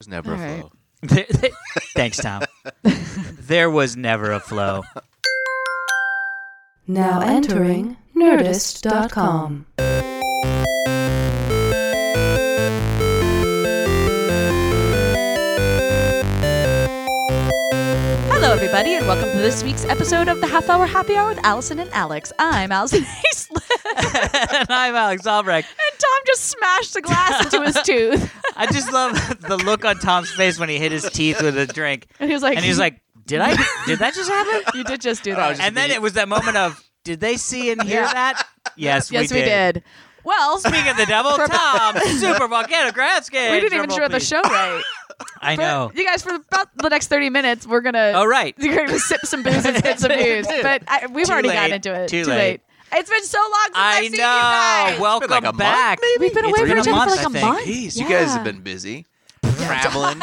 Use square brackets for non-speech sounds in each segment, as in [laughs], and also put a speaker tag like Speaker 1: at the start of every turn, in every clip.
Speaker 1: There's never
Speaker 2: All
Speaker 1: a
Speaker 2: right.
Speaker 1: flow.
Speaker 3: There- there- Thanks, Tom. there was never a flow.
Speaker 2: Now entering Nerdist.com.
Speaker 4: Hello, everybody, and welcome to this week's episode of the Half Hour Happy Hour with Allison and Alex. I'm Allison [laughs] Haislip, and
Speaker 3: and I'm Alex Albrecht.
Speaker 4: Tom just smashed the glass into [laughs] his tooth.
Speaker 3: I just love the look on Tom's face when he hit his teeth with a drink,
Speaker 4: And he was like,
Speaker 3: and he's like, Oh, "Did I? Did that just happen?"
Speaker 4: "You did
Speaker 3: [laughs]
Speaker 4: just do
Speaker 1: I
Speaker 4: that."
Speaker 1: was just-
Speaker 3: And then it was that moment of, "Did they see and hear
Speaker 4: Yeah.
Speaker 3: that?" Yes,
Speaker 4: yes, we did. Well, we
Speaker 3: [laughs] Speaking of the devil, Tom,
Speaker 4: [laughs]
Speaker 3: super volcano Gradsky.
Speaker 4: didn't even
Speaker 3: Drumroll,
Speaker 4: show the
Speaker 3: please.
Speaker 4: show
Speaker 3: [laughs]
Speaker 4: right.
Speaker 3: I
Speaker 4: But
Speaker 3: know.
Speaker 4: you guys, for about the next thirty minutes, [laughs] we're gonna
Speaker 3: Oh right.
Speaker 4: you're gonna sip some booze and spit
Speaker 3: [laughs]
Speaker 4: some news. But I, we've
Speaker 3: Too
Speaker 4: already
Speaker 3: late.
Speaker 4: gotten into it.
Speaker 3: Too
Speaker 4: Too,
Speaker 3: late.
Speaker 4: late. It's been so long since have
Speaker 3: I
Speaker 4: seen you guys.
Speaker 3: know. Welcome
Speaker 1: like a month,
Speaker 3: back.
Speaker 4: We've been
Speaker 3: It's
Speaker 4: away
Speaker 3: been
Speaker 4: from
Speaker 3: a
Speaker 4: each other
Speaker 3: month,
Speaker 4: for like
Speaker 3: I
Speaker 4: a
Speaker 3: think.
Speaker 4: month.
Speaker 1: Jeez, you guys
Speaker 4: Yeah.
Speaker 1: have been
Speaker 4: [laughs]
Speaker 1: busy traveling,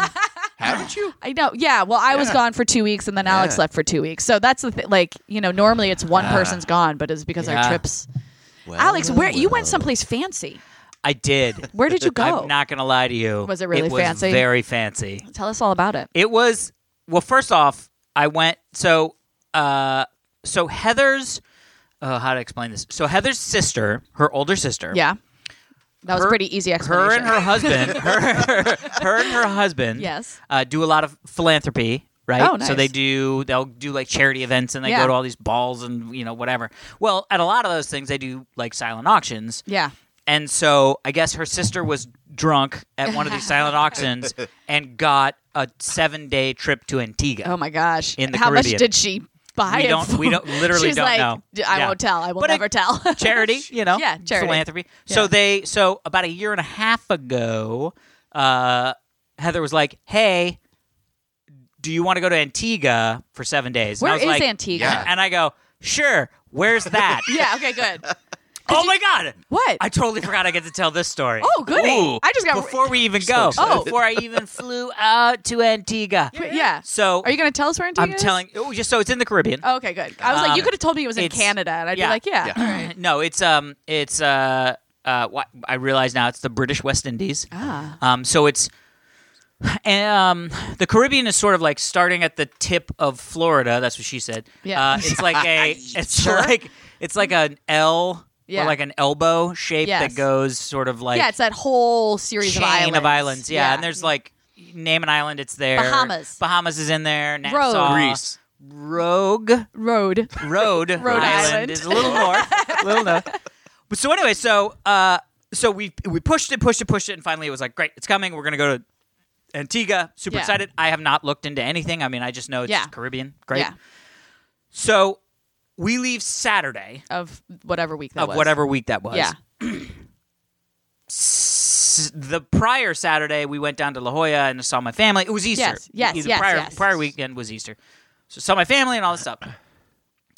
Speaker 1: haven't you?
Speaker 4: I know. Yeah. Well, I was
Speaker 1: Yeah.
Speaker 4: gone for two weeks, and then Alex
Speaker 1: Yeah.
Speaker 4: left for two weeks. So that's the thing. Like, you know, normally it's one person's gone, but it's because
Speaker 3: Ah. Yeah. Oh.
Speaker 4: our trips.
Speaker 1: Well,
Speaker 4: [laughs] Alex,
Speaker 1: well,
Speaker 4: where you went
Speaker 1: well.
Speaker 4: someplace fancy?
Speaker 3: I did.
Speaker 4: Where did you go?
Speaker 3: I'm not gonna lie to you.
Speaker 4: Was it really
Speaker 3: it was
Speaker 4: fancy?
Speaker 3: Very fancy.
Speaker 4: Tell us all about it.
Speaker 3: It was well. First off, I went so uh so Heather's. Oh, how to explain this? So Heather's sister, her older sister,
Speaker 4: Yeah. That was
Speaker 3: Her-
Speaker 4: pretty easy explanation.
Speaker 3: her and
Speaker 4: [laughs]
Speaker 3: her husband, her, her, and her husband,
Speaker 4: Yes.
Speaker 3: uh, do a lot of philanthropy, right?
Speaker 4: Oh,
Speaker 3: So they
Speaker 4: nice.
Speaker 3: do they'll do like charity events and they
Speaker 4: Yeah.
Speaker 3: go to all these balls and you know whatever. Well, at a lot of those things, they do like silent auctions.
Speaker 4: Yeah.
Speaker 3: And so I guess her sister was drunk at one of these
Speaker 4: [laughs]
Speaker 3: silent auctions and got a seven day trip to Antigua.
Speaker 4: Oh my gosh.
Speaker 3: In the
Speaker 4: How
Speaker 3: Caribbean.
Speaker 4: much did she buy?
Speaker 3: We
Speaker 4: it
Speaker 3: don't- we
Speaker 4: for?
Speaker 3: don't- literally
Speaker 4: She's
Speaker 3: don't
Speaker 4: like,
Speaker 3: know.
Speaker 4: "D- I
Speaker 3: Yeah.
Speaker 4: won't tell. I will
Speaker 3: But it-
Speaker 4: never
Speaker 3: [laughs]
Speaker 4: tell.
Speaker 3: charity, you know,
Speaker 4: Yeah, charity.
Speaker 3: philanthropy.
Speaker 4: Yeah.
Speaker 3: So they, so about a year and a half ago, uh, Heather was like, "Hey, do you want to go to Antigua for seven
Speaker 4: [laughs]
Speaker 3: days?"
Speaker 4: Where
Speaker 3: and I was
Speaker 4: is
Speaker 3: like,
Speaker 4: Antigua?
Speaker 1: Yeah.
Speaker 3: And I go, "Sure." Where's that?
Speaker 4: [laughs] Yeah, Okay.
Speaker 3: [laughs]
Speaker 4: Good.
Speaker 3: oh my god!
Speaker 4: What?
Speaker 3: I totally forgot I get to tell this story.
Speaker 4: Oh, goody. I just got-
Speaker 3: before we even go.
Speaker 4: excited. [laughs] Oh.
Speaker 3: before I even flew out to Antigua.
Speaker 4: yeah.
Speaker 3: So
Speaker 4: Are you going to tell us where Antigua
Speaker 3: I'm
Speaker 4: is?
Speaker 3: telling. Oh, just so it's in the Caribbean.
Speaker 4: Oh, okay. Good. I was like,
Speaker 3: Um,
Speaker 4: you could have told me it was in
Speaker 3: it's-
Speaker 4: Canada, and I'd
Speaker 3: yeah.
Speaker 4: be like, yeah.
Speaker 1: Yeah.
Speaker 3: [laughs] no, it's um, it's uh, uh, wh- I realize now it's the British West Indies.
Speaker 4: Ah.
Speaker 3: Um, so it's [sighs] um, the Caribbean is sort of like starting at the tip of Florida. That's what she said.
Speaker 4: Yeah.
Speaker 3: Uh, it's
Speaker 4: [laughs]
Speaker 3: like a [laughs] it's
Speaker 4: Sure.
Speaker 3: like it's like an L
Speaker 4: Yeah.
Speaker 3: or like an elbow shape
Speaker 4: Yes.
Speaker 3: that goes sort of like
Speaker 4: yeah, it's that whole series
Speaker 3: chain
Speaker 4: of islands.
Speaker 3: Yeah. and there's like name an island. It's there.
Speaker 4: Bahamas.
Speaker 3: Bahamas is in there. Nassau.
Speaker 1: Greece.
Speaker 3: Rogue.
Speaker 4: road. Rhode
Speaker 3: Road, Island.
Speaker 4: Island.
Speaker 3: is a little
Speaker 4: [laughs]
Speaker 3: north, little north. But so anyway, so uh, so we we pushed it, pushed it, pushed it, and finally it was like, great, it's coming. We're gonna go to Antigua. Super
Speaker 4: Yeah.
Speaker 3: excited. I have not looked into anything. I mean, I just know it's
Speaker 4: Yeah.
Speaker 3: just Caribbean. Great.
Speaker 4: Yeah.
Speaker 3: So we leave Saturday
Speaker 4: of whatever week that
Speaker 3: of
Speaker 4: was.
Speaker 3: whatever week that was.
Speaker 4: Yeah.
Speaker 3: S- the prior Saturday, we went down to La Jolla and saw my family. It was Easter.
Speaker 4: Yes, yes,
Speaker 3: Either
Speaker 4: yes,
Speaker 3: prior,
Speaker 4: yes.
Speaker 3: prior weekend was Easter. So saw my family and all this stuff.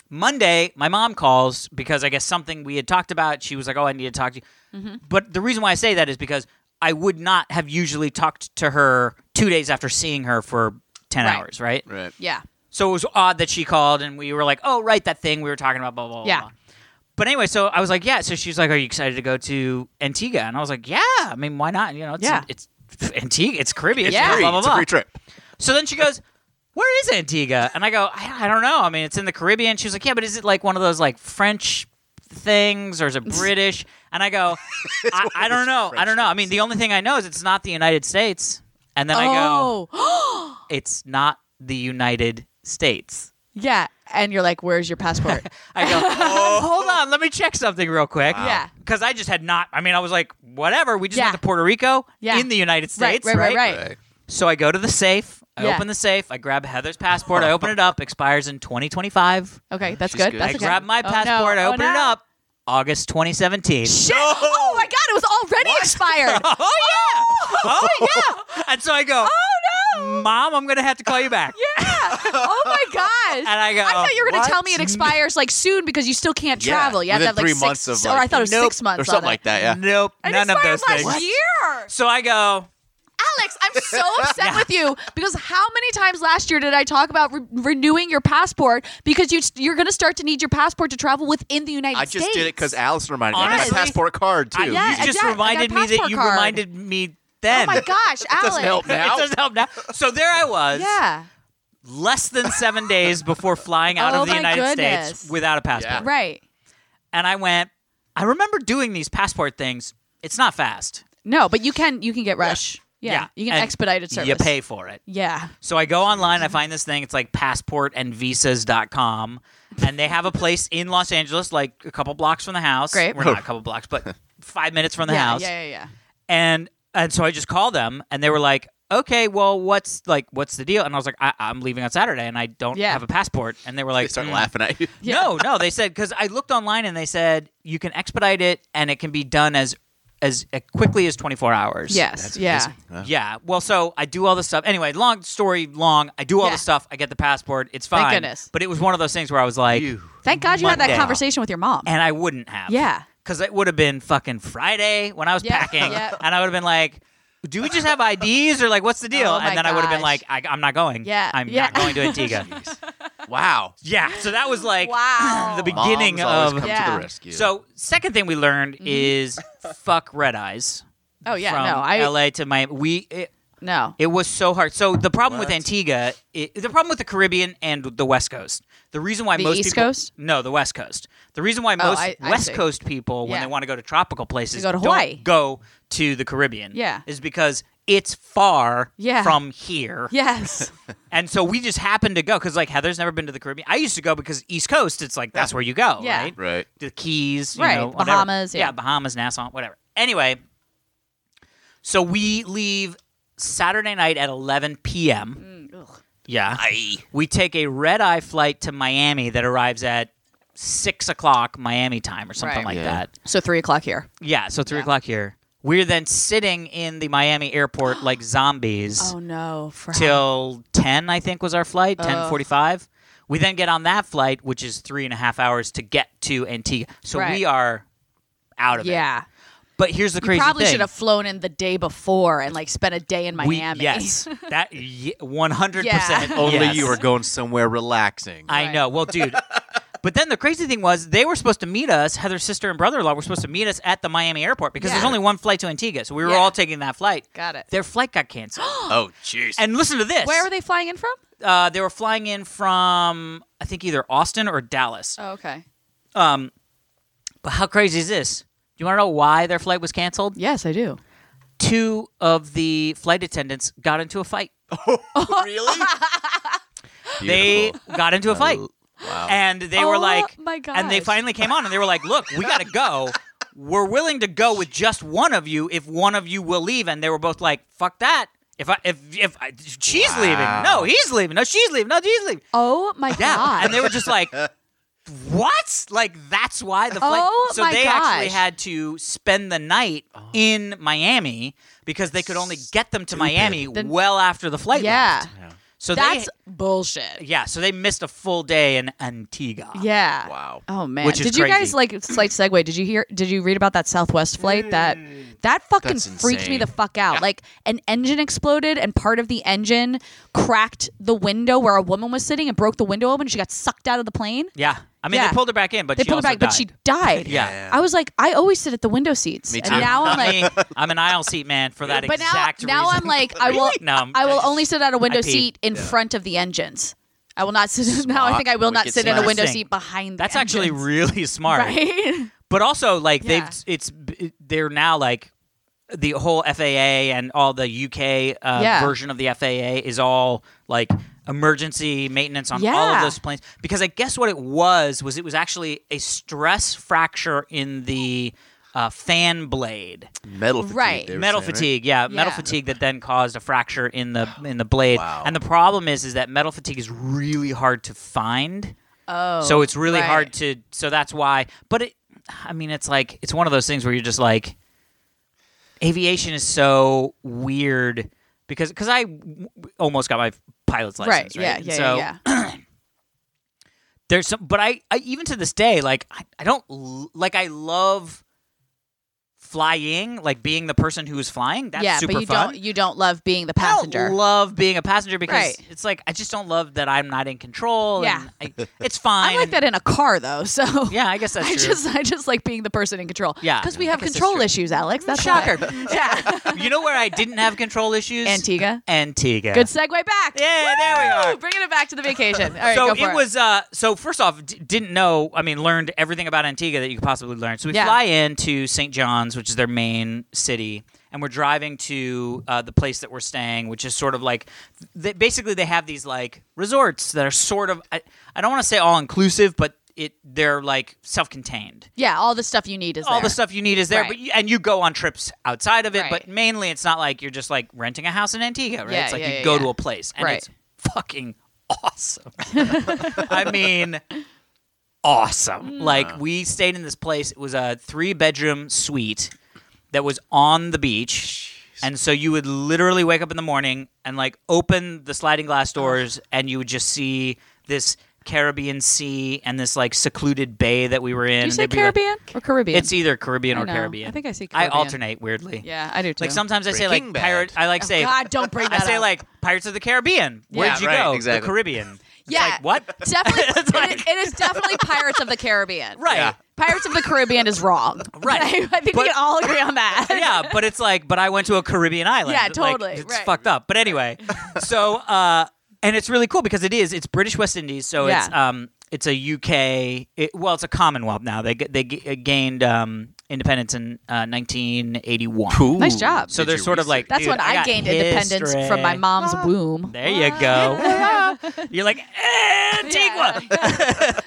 Speaker 3: Monday, my mom calls because I guess something we had talked about. She was like, "Oh, I need to talk to you."
Speaker 4: Mm-hmm.
Speaker 3: But the reason why I say that is because I would not have usually talked to her two days after seeing her for ten
Speaker 4: Right.
Speaker 3: hours, right?
Speaker 1: Right.
Speaker 4: Yeah.
Speaker 3: So it was odd that she called and we were like, oh, right, that thing we were talking about, blah, blah, blah.
Speaker 4: Yeah.
Speaker 3: blah. But anyway, so I was like, yeah. So she's like, are you excited to go to Antigua? And I was like, yeah. I mean, why not? You know, it's,
Speaker 4: Yeah.
Speaker 3: it's Antigua, it's Caribbean.
Speaker 4: Yeah.
Speaker 1: Free.
Speaker 3: Blah, blah,
Speaker 1: it's a
Speaker 3: blah.
Speaker 1: free trip.
Speaker 3: So then she goes, where is Antigua? And I go, I, I don't know. I mean, it's in the Caribbean. She was like, yeah, but is it like one of those like French things or is it British? And I go, I, I don't know. I don't know. I mean, the only thing I know is it's not the United States. And then I go,
Speaker 4: oh. [gasps]
Speaker 3: it's not the United States.
Speaker 4: yeah. And you're like, where's your passport?
Speaker 3: [laughs] I go, oh, hold on, let me check something real quick.
Speaker 4: Yeah.
Speaker 3: Because I just had not, I mean, I was like, whatever, we just
Speaker 4: Yeah.
Speaker 3: went to Puerto Rico
Speaker 4: Yeah.
Speaker 3: in the United
Speaker 4: right,
Speaker 3: States,
Speaker 4: right, right, right.
Speaker 1: Right.
Speaker 3: So I go to the safe, I
Speaker 4: Yeah.
Speaker 3: open the safe, I grab Heather's passport, I open it up, expires in 2025.
Speaker 4: Okay, that's
Speaker 1: She's
Speaker 4: good.
Speaker 1: good.
Speaker 4: That's
Speaker 3: I
Speaker 4: okay.
Speaker 3: Oh, grab my
Speaker 4: Oh, no.
Speaker 3: passport, I
Speaker 4: Oh,
Speaker 3: open it
Speaker 4: no.
Speaker 3: up, August 2017.
Speaker 4: Shit.
Speaker 3: [laughs]
Speaker 4: Oh my God, it was already expired.
Speaker 3: Oh, yeah. Oh,
Speaker 4: [laughs]
Speaker 3: yeah. And so I go, oh, no. Mom, I'm going to have to call you back.
Speaker 4: Yeah. Oh my gosh.
Speaker 3: And I go,
Speaker 4: I thought you were going
Speaker 1: what?
Speaker 4: to tell me it expires like soon because you still can't
Speaker 1: Yeah,
Speaker 4: travel. You have
Speaker 1: within
Speaker 4: to have like
Speaker 1: three
Speaker 4: six,
Speaker 1: months of
Speaker 4: or
Speaker 1: like,
Speaker 4: I thought it was
Speaker 1: nope,
Speaker 4: six months
Speaker 1: or something
Speaker 4: on
Speaker 1: like
Speaker 4: it.
Speaker 1: that. Yeah.
Speaker 3: Nope.
Speaker 4: It
Speaker 3: none of
Speaker 4: expired
Speaker 3: those
Speaker 4: last
Speaker 3: things.
Speaker 4: year.
Speaker 3: So I go,
Speaker 4: Alex, I'm so
Speaker 3: [laughs]
Speaker 4: upset with you because how many times last year did I talk about re- renewing your passport because you you're going to start to need your passport to travel within the United
Speaker 1: I
Speaker 4: States?
Speaker 1: just did it because Alice reminded me. I had
Speaker 3: Honestly,
Speaker 1: my passport card
Speaker 3: I-
Speaker 1: too.
Speaker 3: you
Speaker 4: Yeah,
Speaker 3: just
Speaker 4: exact- I got
Speaker 3: reminded me that
Speaker 4: passport
Speaker 3: you
Speaker 4: card.
Speaker 3: reminded me then.
Speaker 4: Oh my
Speaker 3: [laughs]
Speaker 4: gosh, Alex.
Speaker 1: doesn't help now.
Speaker 3: It doesn't help now. So there I was,
Speaker 4: Yeah.
Speaker 3: less than seven days before flying out
Speaker 4: Oh
Speaker 3: of the
Speaker 4: my
Speaker 3: United
Speaker 4: goodness.
Speaker 3: States without a passport.
Speaker 1: Yeah.
Speaker 4: Right.
Speaker 3: And I went, I remember doing these passport things. It's not fast.
Speaker 4: No, but you can you can get rush. Yeah. You can
Speaker 3: And
Speaker 4: expedited service.
Speaker 3: You pay for it.
Speaker 4: Yeah.
Speaker 3: So I go online, I find this thing. It's like passportandvisas.com. And they have a place in Los Angeles, like a couple blocks from the house.
Speaker 4: Great.
Speaker 3: We're
Speaker 1: [laughs]
Speaker 3: not a couple blocks, but five minutes from the
Speaker 4: yeah,
Speaker 3: house.
Speaker 4: Yeah, yeah, yeah.
Speaker 3: And and so I just called them and they were like, Okay, well what's like what's the deal? And I was like, I- I'm leaving on Saturday and I don't
Speaker 4: Yeah.
Speaker 3: have a passport. And they were
Speaker 1: They
Speaker 3: like
Speaker 1: start
Speaker 3: "Mm,
Speaker 1: laughing at you.
Speaker 4: Yeah.
Speaker 3: No, no, they said because I looked online and they said you can expedite it and it can be done as as uh, quickly as 24 hours.
Speaker 4: Yes. yeah.
Speaker 3: Yeah. Well, so I do all this stuff. Anyway, long story long. I do all
Speaker 4: Yeah.
Speaker 3: this stuff. I get the passport. It's fine.
Speaker 4: Thank goodness.
Speaker 3: But it was one of those things where I was like,
Speaker 1: You.
Speaker 4: Thank God you had
Speaker 3: Monday.
Speaker 4: that conversation with your mom.
Speaker 3: and I wouldn't have.
Speaker 4: Yeah.
Speaker 3: Because it would have been fucking Friday when I was
Speaker 4: Yeah,
Speaker 3: packing,
Speaker 4: yeah.
Speaker 3: and I would have been like. Do we just have IDs or like what's the deal?
Speaker 4: Oh, my
Speaker 3: and then I would have been
Speaker 4: gosh.
Speaker 3: like, I, I'm not going.
Speaker 4: Yeah,
Speaker 3: I'm
Speaker 4: yeah.
Speaker 3: not going
Speaker 1: [laughs]
Speaker 4: [laughs]
Speaker 3: to Antigua.
Speaker 1: Wow.
Speaker 3: yeah. So that was like [laughs]
Speaker 4: Wow.
Speaker 3: the beginning
Speaker 1: Moms always
Speaker 3: of
Speaker 1: come to
Speaker 4: Yeah.
Speaker 1: the rescue.
Speaker 3: So, second thing we learned is fuck red eyes.
Speaker 4: Mm-hmm. oh yeah,
Speaker 3: from
Speaker 4: no, I
Speaker 3: LA to Miami. We it,
Speaker 4: no.
Speaker 3: it was so hard. So the problem with
Speaker 1: What?
Speaker 3: Antigua, i the problem with the Caribbean and the West Coast. The reason why
Speaker 4: The
Speaker 3: most
Speaker 4: East
Speaker 3: people,
Speaker 4: Coast? Oh,
Speaker 3: no, the West Coast. The reason why most
Speaker 4: I- I
Speaker 3: West
Speaker 4: see.
Speaker 3: Coast people, when
Speaker 4: Yeah.
Speaker 3: they want to go to tropical places,
Speaker 4: go to
Speaker 3: don't
Speaker 4: Hawaii.
Speaker 3: go to the Caribbean.
Speaker 4: Yeah.
Speaker 3: is because it's far
Speaker 4: Yeah.
Speaker 3: from here. [laughs]
Speaker 4: yes.
Speaker 3: And so we just happened to go because like Heather's never been to the Caribbean. I used to go because East Coast, it's like that's where you go,
Speaker 4: Yeah.
Speaker 3: right?
Speaker 1: Right.
Speaker 3: The Keys, you
Speaker 4: Right,
Speaker 3: know, whatever.
Speaker 4: Bahamas, yeah.
Speaker 3: Bahamas, Nassau, whatever. Anyway, so we leave Saturday night at 11
Speaker 4: Mm.
Speaker 3: p.m. Yeah, we take a red eye flight to Miami that arrives at six o'clock Miami time or something
Speaker 4: Right.
Speaker 3: like
Speaker 1: Yeah.
Speaker 3: that.
Speaker 4: So three o'clock here.
Speaker 3: Yeah, so three o'clock here. We're then sitting in the
Speaker 4: [gasps]
Speaker 3: Miami airport like zombies
Speaker 4: Oh no. For
Speaker 3: till 10 i think was our
Speaker 4: Oh.
Speaker 3: flight 10.45 we then get on that flight which is three and a half hours to get to antigua so
Speaker 4: Right.
Speaker 3: we are out of it
Speaker 4: yeah.
Speaker 3: but here's the
Speaker 4: You
Speaker 3: crazy
Speaker 4: probably
Speaker 3: thing
Speaker 4: should have flown in the day before and like spent a day in
Speaker 3: we,
Speaker 4: Miami. [laughs]
Speaker 3: yes that ye- 100%
Speaker 4: Yeah.
Speaker 1: Only
Speaker 3: yes.
Speaker 1: you were going somewhere relaxing.
Speaker 3: i
Speaker 4: Right.
Speaker 3: know well dude but then the crazy thing was they were supposed to meet us heather's sister and brother-in-law were supposed to meet us at the miami airport because
Speaker 4: Yeah.
Speaker 3: there's only one flight to antigua so we were
Speaker 4: Yeah.
Speaker 3: all taking that flight
Speaker 4: Got it.
Speaker 3: their flight got canceled
Speaker 4: [gasps]
Speaker 1: oh, jeez.
Speaker 3: and listen to this
Speaker 4: Where were they flying in from?
Speaker 3: uh, they were flying in from i think either austin or dallas
Speaker 4: Oh, okay.
Speaker 3: Um, but how crazy is this? You want to know why their flight was canceled?
Speaker 4: Yes, I do.
Speaker 3: Two of the flight attendants got into a fight.
Speaker 1: really? Beautiful.
Speaker 3: They got into a fight,
Speaker 1: [laughs] Wow.
Speaker 3: and they
Speaker 4: Oh
Speaker 3: were like,
Speaker 4: my
Speaker 3: and they
Speaker 4: gosh.
Speaker 3: finally came on, and they were like, "Look, we got to go. We're willing to go with just one of you if one of you will leave." And they were both like, "Fuck that." If I if if I, she's leaving, no, he's leaving, no, she's leaving, no, she's leaving.
Speaker 4: Oh my
Speaker 3: Yeah,
Speaker 4: god.
Speaker 3: and they were just like, "What? Like that's why the flight?"
Speaker 4: Oh,
Speaker 3: so
Speaker 4: my
Speaker 3: they actually
Speaker 4: gosh.
Speaker 3: had to spend the night in Miami because they could only get them to Miami well after the flight
Speaker 4: yeah.
Speaker 3: left. So
Speaker 4: That's
Speaker 3: they
Speaker 4: bullshit.
Speaker 3: yeah, so they missed a full day in Antigua.
Speaker 4: Yeah.
Speaker 1: wow.
Speaker 4: Oh man!
Speaker 3: Which is
Speaker 4: did you guys
Speaker 3: crazy. Mm.
Speaker 4: like slight segue? Did you hear? Did you read about that Southwest flight? That that fucking
Speaker 1: That's
Speaker 4: freaked me
Speaker 1: insane.
Speaker 4: the fuck out. Like an engine exploded and part of the engine cracked the window where a woman was sitting and broke the window open. She got sucked out of the plane.
Speaker 3: Yeah, I mean
Speaker 4: Yeah.
Speaker 3: they pulled her back in, but
Speaker 4: They
Speaker 3: she
Speaker 4: pulled her
Speaker 3: also
Speaker 4: back,
Speaker 3: died.
Speaker 4: but she died.
Speaker 3: [laughs] Yeah.
Speaker 4: I was like, I always sit at the window seats,
Speaker 1: Me
Speaker 4: and
Speaker 1: too.
Speaker 4: now I'm
Speaker 3: [laughs]
Speaker 4: like,
Speaker 3: Me, I'm an aisle seat man for that
Speaker 4: but now
Speaker 3: exact
Speaker 4: now I'm
Speaker 3: reason.
Speaker 4: like,
Speaker 3: [laughs]
Speaker 4: I will
Speaker 3: No, I'm-
Speaker 4: I will
Speaker 3: just-
Speaker 4: only sit at a window
Speaker 3: pee.
Speaker 4: seat in front of the engines. I will not sit. [laughs] Now I think I will not
Speaker 1: Wicked
Speaker 4: sit in a
Speaker 1: smart.
Speaker 4: window
Speaker 3: Interesting.
Speaker 4: seat behind. The [laughs]
Speaker 3: That's actually
Speaker 4: engines.
Speaker 3: really smart.
Speaker 4: right. [laughs]
Speaker 3: But also, like
Speaker 4: Yeah.
Speaker 3: they've it's they're now like the whole FAA and all the UK uh,
Speaker 4: Yeah.
Speaker 3: version of the FAA is all like emergency maintenance on all
Speaker 4: Yeah.
Speaker 3: of those planes because I guess what it was was it was actually a stress fracture in the uh, fan blade
Speaker 1: Metal fatigue.
Speaker 4: Right.
Speaker 1: they were
Speaker 3: metal
Speaker 1: saying, right?
Speaker 3: fatigue yeah, metal
Speaker 4: Yeah.
Speaker 3: fatigue that then caused a fracture in the in the blade
Speaker 1: Wow.
Speaker 3: and the problem is is that metal fatigue is really hard to find
Speaker 4: Oh,
Speaker 3: so it's really
Speaker 4: right.
Speaker 3: hard to so that's why but it i mean it's like it's one of those things where you're just like aviation is so weird because because i w- almost got my pilot's
Speaker 4: right.
Speaker 3: license right,
Speaker 4: Yeah.
Speaker 3: And
Speaker 4: Yeah.
Speaker 3: so
Speaker 4: yeah.
Speaker 3: there's some but I, I even to this day like i, I don't l- like i love flying, like being the person who's flying, that's
Speaker 4: yeah,
Speaker 3: super
Speaker 4: but you
Speaker 3: fun.
Speaker 4: don't you don't love being the
Speaker 3: I don't
Speaker 4: passenger.
Speaker 3: love being a passenger because
Speaker 4: Right.
Speaker 3: it's like I just don't love that I'm not in control.
Speaker 4: Yeah.
Speaker 3: and I, it's
Speaker 4: I
Speaker 3: fine.
Speaker 4: like
Speaker 3: and-
Speaker 4: that in a car though. So
Speaker 3: Yeah, I guess
Speaker 4: [laughs]
Speaker 3: that's
Speaker 4: I
Speaker 3: true.
Speaker 4: just I just like being the person in control.
Speaker 3: Yeah,
Speaker 4: because we
Speaker 3: I
Speaker 4: have
Speaker 3: guess that's
Speaker 4: control
Speaker 3: true.
Speaker 4: issues, Alex. That's why.
Speaker 3: Shocker. [laughs]
Speaker 4: Yeah. [laughs]
Speaker 3: you know where I didn't have control issues?
Speaker 4: Antigua.
Speaker 3: Antigua.
Speaker 4: Good segue back.
Speaker 3: Yeah, there we
Speaker 4: Woo!
Speaker 3: are.
Speaker 4: Bringing it back to the
Speaker 3: [laughs]
Speaker 4: vacation. All right,
Speaker 3: so
Speaker 4: go for it.
Speaker 3: was uh so first off d- didn't know i mean learned everything about antigua that you could possibly learn so we
Speaker 4: Yeah.
Speaker 3: fly into st john's which is their main city and we're driving to uh, the place that we're staying which is sort of like th- basically they have these like resorts that are sort of i, I don't want to say all inclusive but it they're like self-contained
Speaker 4: yeah, all the stuff you need is
Speaker 3: all
Speaker 4: there.
Speaker 3: the stuff you need is there,
Speaker 4: Right.
Speaker 3: but you, and you go on trips outside of it.
Speaker 4: Right.
Speaker 3: But mainly, it's not like you're just like renting a house in Antigua, right?
Speaker 4: Yeah,
Speaker 3: it's like
Speaker 4: yeah,
Speaker 3: you
Speaker 4: yeah,
Speaker 3: go
Speaker 4: yeah.
Speaker 3: to a place, and
Speaker 4: Right.
Speaker 3: it's fucking awesome. [laughs] I mean, awesome. Like we stayed in this place. It was a three bedroom suite that was on the beach. And so you would literally wake up in the morning and like open the sliding glass doors and you would just see this Caribbean sea and and this like secluded bay that we were in.
Speaker 4: Do you
Speaker 3: and
Speaker 4: say
Speaker 3: there'd be,
Speaker 4: Caribbean
Speaker 3: like-
Speaker 4: or Caribbean?
Speaker 3: it's either Caribbean
Speaker 4: I
Speaker 3: or
Speaker 4: know.
Speaker 3: Caribbean.
Speaker 4: I think I say
Speaker 3: I
Speaker 4: Caribbean.
Speaker 3: alternate weirdly.
Speaker 4: yeah, I do too.
Speaker 3: Like sometimes I say
Speaker 1: Breaking
Speaker 3: like
Speaker 1: Bad.
Speaker 3: pirate. I like say.
Speaker 4: God, don't bring
Speaker 3: [laughs] I
Speaker 4: that
Speaker 3: say
Speaker 4: up.
Speaker 3: like Pirates of the Caribbean. Where'd
Speaker 1: Yeah,
Speaker 3: you
Speaker 1: right,
Speaker 3: go?
Speaker 1: exactly.
Speaker 3: The
Speaker 4: [laughs]
Speaker 3: Caribbean. It's
Speaker 4: Yeah.
Speaker 3: like, what?
Speaker 4: definitely.
Speaker 3: [laughs] It's like-
Speaker 4: it, it is definitely Pirates of the Caribbean.
Speaker 3: [laughs] Right.
Speaker 1: Yeah.
Speaker 4: Pirates of the Caribbean is wrong.
Speaker 3: [laughs] Right.
Speaker 4: Okay? [laughs] I think we
Speaker 3: But-
Speaker 4: can all agree on that.
Speaker 3: [laughs] yeah, but it's like, but I went to a Caribbean island.
Speaker 4: Yeah,
Speaker 3: Like,
Speaker 4: totally,
Speaker 3: it's
Speaker 4: right.
Speaker 3: fucked up.
Speaker 4: [laughs]
Speaker 3: But anyway, so uh, and it's really cool because it is. It's British West Indies, so it's
Speaker 4: Yeah.
Speaker 3: um, it's a UK. It, well, it's a Commonwealth now. They g- they g- gained um independence in uh, 1981.
Speaker 4: Nice job.
Speaker 3: So
Speaker 1: Did
Speaker 3: they're
Speaker 1: you
Speaker 3: sort of like
Speaker 4: That's
Speaker 3: dude,
Speaker 4: when I,
Speaker 3: got
Speaker 4: gained independence from my
Speaker 3: history.
Speaker 4: mom's womb.
Speaker 3: There you go. You're like "Eh, Antigua.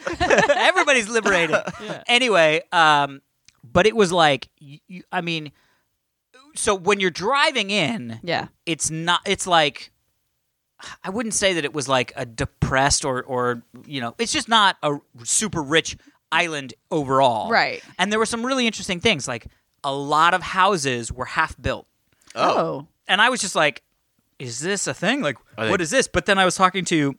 Speaker 3: [laughs] Everybody's liberated. Anyway, um, but it was like, y- you, I mean, so when you're driving in,
Speaker 4: Yeah.
Speaker 3: it's not. It's like, I wouldn't say that it was like a depressed or or you know, it's just not a super rich island overall,
Speaker 4: Right.
Speaker 3: And there were some really interesting things, like a lot of houses were half built
Speaker 4: Oh.
Speaker 3: and I was just like, "Is this a thing? Like,
Speaker 1: Are they-
Speaker 3: what is this?" But then I was talking to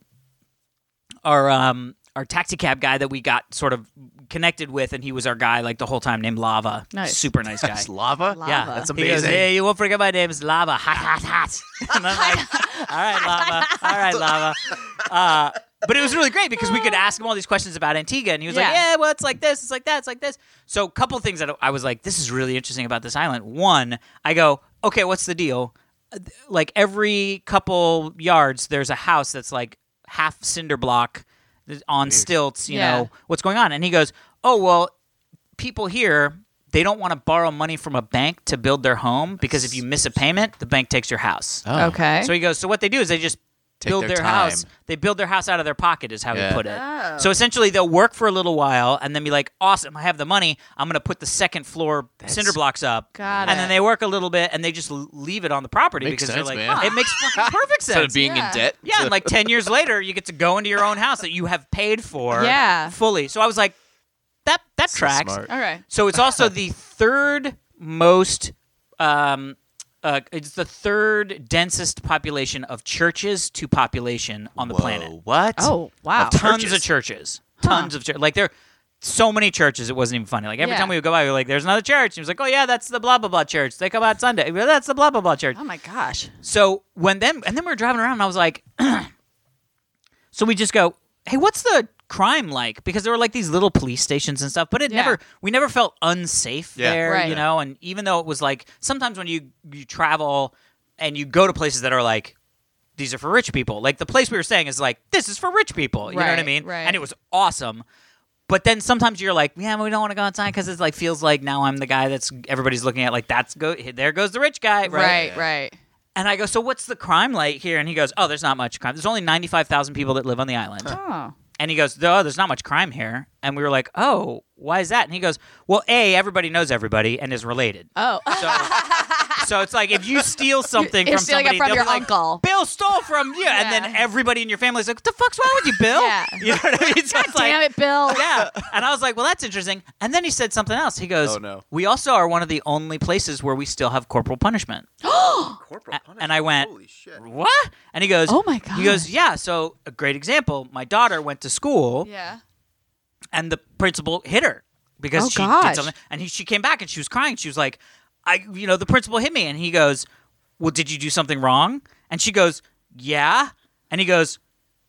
Speaker 3: our um our taxi cab guy that we got sort of connected with, and he was our guy like the whole time, named Lava.
Speaker 4: Nice.
Speaker 3: super nice guy.
Speaker 1: [laughs] It's lava?
Speaker 4: Lava.
Speaker 3: Yeah,
Speaker 4: That's
Speaker 3: He goes,
Speaker 1: amazing.
Speaker 3: hey, you won't forget my name's Lava. [laughs] Hot, hot, hot. And I'm like,
Speaker 4: [laughs]
Speaker 3: all right, Lava. All right, Lava. Uh, but it was really great because we could ask him all these questions about Antigua, and he was like,
Speaker 4: Yeah.
Speaker 3: yeah, well, it's like this, it's like that, it's like this. So, a couple things that I was like, this is really interesting about this island. One, I go, okay, what's the deal? Uh, Like every couple yards, there's a house that's like half cinder block on stilts. You
Speaker 4: Yeah.
Speaker 3: know what's going on? And he goes, oh well, people here they don't want to borrow money from a bank to build their home because if you miss a payment, the bank takes your house.
Speaker 1: Oh.
Speaker 4: Okay.
Speaker 3: So he goes, so what they do is they just
Speaker 1: Take
Speaker 3: build
Speaker 1: their
Speaker 3: their, house.
Speaker 1: time.
Speaker 3: They build their house out of their pocket is how
Speaker 1: Yeah.
Speaker 3: he put it.
Speaker 4: Oh.
Speaker 3: So essentially they'll work for a little while and then be like, "Awesome, I have the money. I'm going to put the second floor cinder blocks up."
Speaker 4: Got
Speaker 3: and
Speaker 4: it.
Speaker 3: then they work a little bit and they just l- leave it on the property
Speaker 1: Makes
Speaker 3: because
Speaker 1: sense,
Speaker 3: they're like,
Speaker 1: man.
Speaker 4: [laughs]
Speaker 3: "It makes fucking perfect sense."
Speaker 1: Instead of being
Speaker 4: Yeah.
Speaker 1: in debt.
Speaker 3: Yeah, and like 10 years later, you get to go into your own house that you have paid
Speaker 4: [laughs]
Speaker 3: for
Speaker 4: Yeah.
Speaker 3: fully. So I was like, that that tracks.
Speaker 1: smart.
Speaker 4: All right.
Speaker 3: So
Speaker 1: [laughs]
Speaker 3: it's also the third most um uh, it's the third densest population of churches to population on the
Speaker 1: Whoa,
Speaker 3: planet.
Speaker 1: What?
Speaker 4: Oh wow.
Speaker 3: Tons
Speaker 1: Churches.
Speaker 3: of churches. Tons of churches. Like there are so many churches, it wasn't even funny. Like every
Speaker 4: Yeah.
Speaker 3: time we would go by, we were like, there's another church. And he was like, oh, yeah, that's the blah, blah, blah church. They come out Sunday. Well, That's the blah, blah, blah church.
Speaker 4: Oh my gosh.
Speaker 3: So when then and then we were driving around and I was like [clears throat] So we just go, Hey, what's the crime like? Because there were like these little police stations and stuff, but it
Speaker 4: Yeah.
Speaker 3: never we never felt unsafe
Speaker 1: Yeah.
Speaker 3: there,
Speaker 4: Right.
Speaker 3: you know, and even though it was like sometimes when you you travel and you go to places that are like these are for rich people. Like the place we were staying is like this is for rich people, you know what I
Speaker 4: Right,
Speaker 3: mean?
Speaker 4: right.
Speaker 3: And it was awesome. But then sometimes you're like, yeah, but we don't want to go outside because it like feels like now I'm the guy that's everybody's looking at like that's go there goes the rich guy, right?
Speaker 4: Right. Right.
Speaker 3: And I go, so what's the crime like here? And he goes, oh, there's not much crime. There's only 95,000 people that live on the island.
Speaker 4: Oh.
Speaker 3: And he goes, oh, there's not much crime here. And we were like, oh, why is that? And he goes, well, A, everybody knows everybody and
Speaker 4: [laughs]
Speaker 3: is related.
Speaker 4: Oh.
Speaker 3: So, so it's like if you steal something
Speaker 4: You're
Speaker 3: from
Speaker 4: stealing it
Speaker 3: somebody,
Speaker 4: from
Speaker 3: they'll
Speaker 4: your
Speaker 3: be like,
Speaker 4: uncle.
Speaker 3: Bill stole from you. And then
Speaker 4: Yeah.
Speaker 3: everybody in your family's like, what the fuck's wrong with you, Bill?
Speaker 4: Yeah.
Speaker 3: [laughs] You know what I mean? So it's like,
Speaker 4: Damn it, Bill.
Speaker 3: [laughs] yeah. And I was like, well, that's interesting. And then he said something else. He goes,
Speaker 1: Oh, no.
Speaker 3: we also are one of the only places where we still have
Speaker 4: [gasps]
Speaker 3: corporal punishment.
Speaker 1: Corporal
Speaker 3: A- and I went,
Speaker 1: Holy shit.
Speaker 3: What? And he goes,
Speaker 4: Oh my
Speaker 3: He goes,
Speaker 4: gosh.
Speaker 3: Yeah, so a great example. My daughter went to school
Speaker 4: Yeah.
Speaker 3: and the principal hit her because
Speaker 4: Oh,
Speaker 3: she
Speaker 4: gosh.
Speaker 3: did something. And he, she came back and she was crying. She was like, "I, you know, the principal hit me." And he goes, "Well, did you do something wrong?" And she goes, "Yeah." And he goes,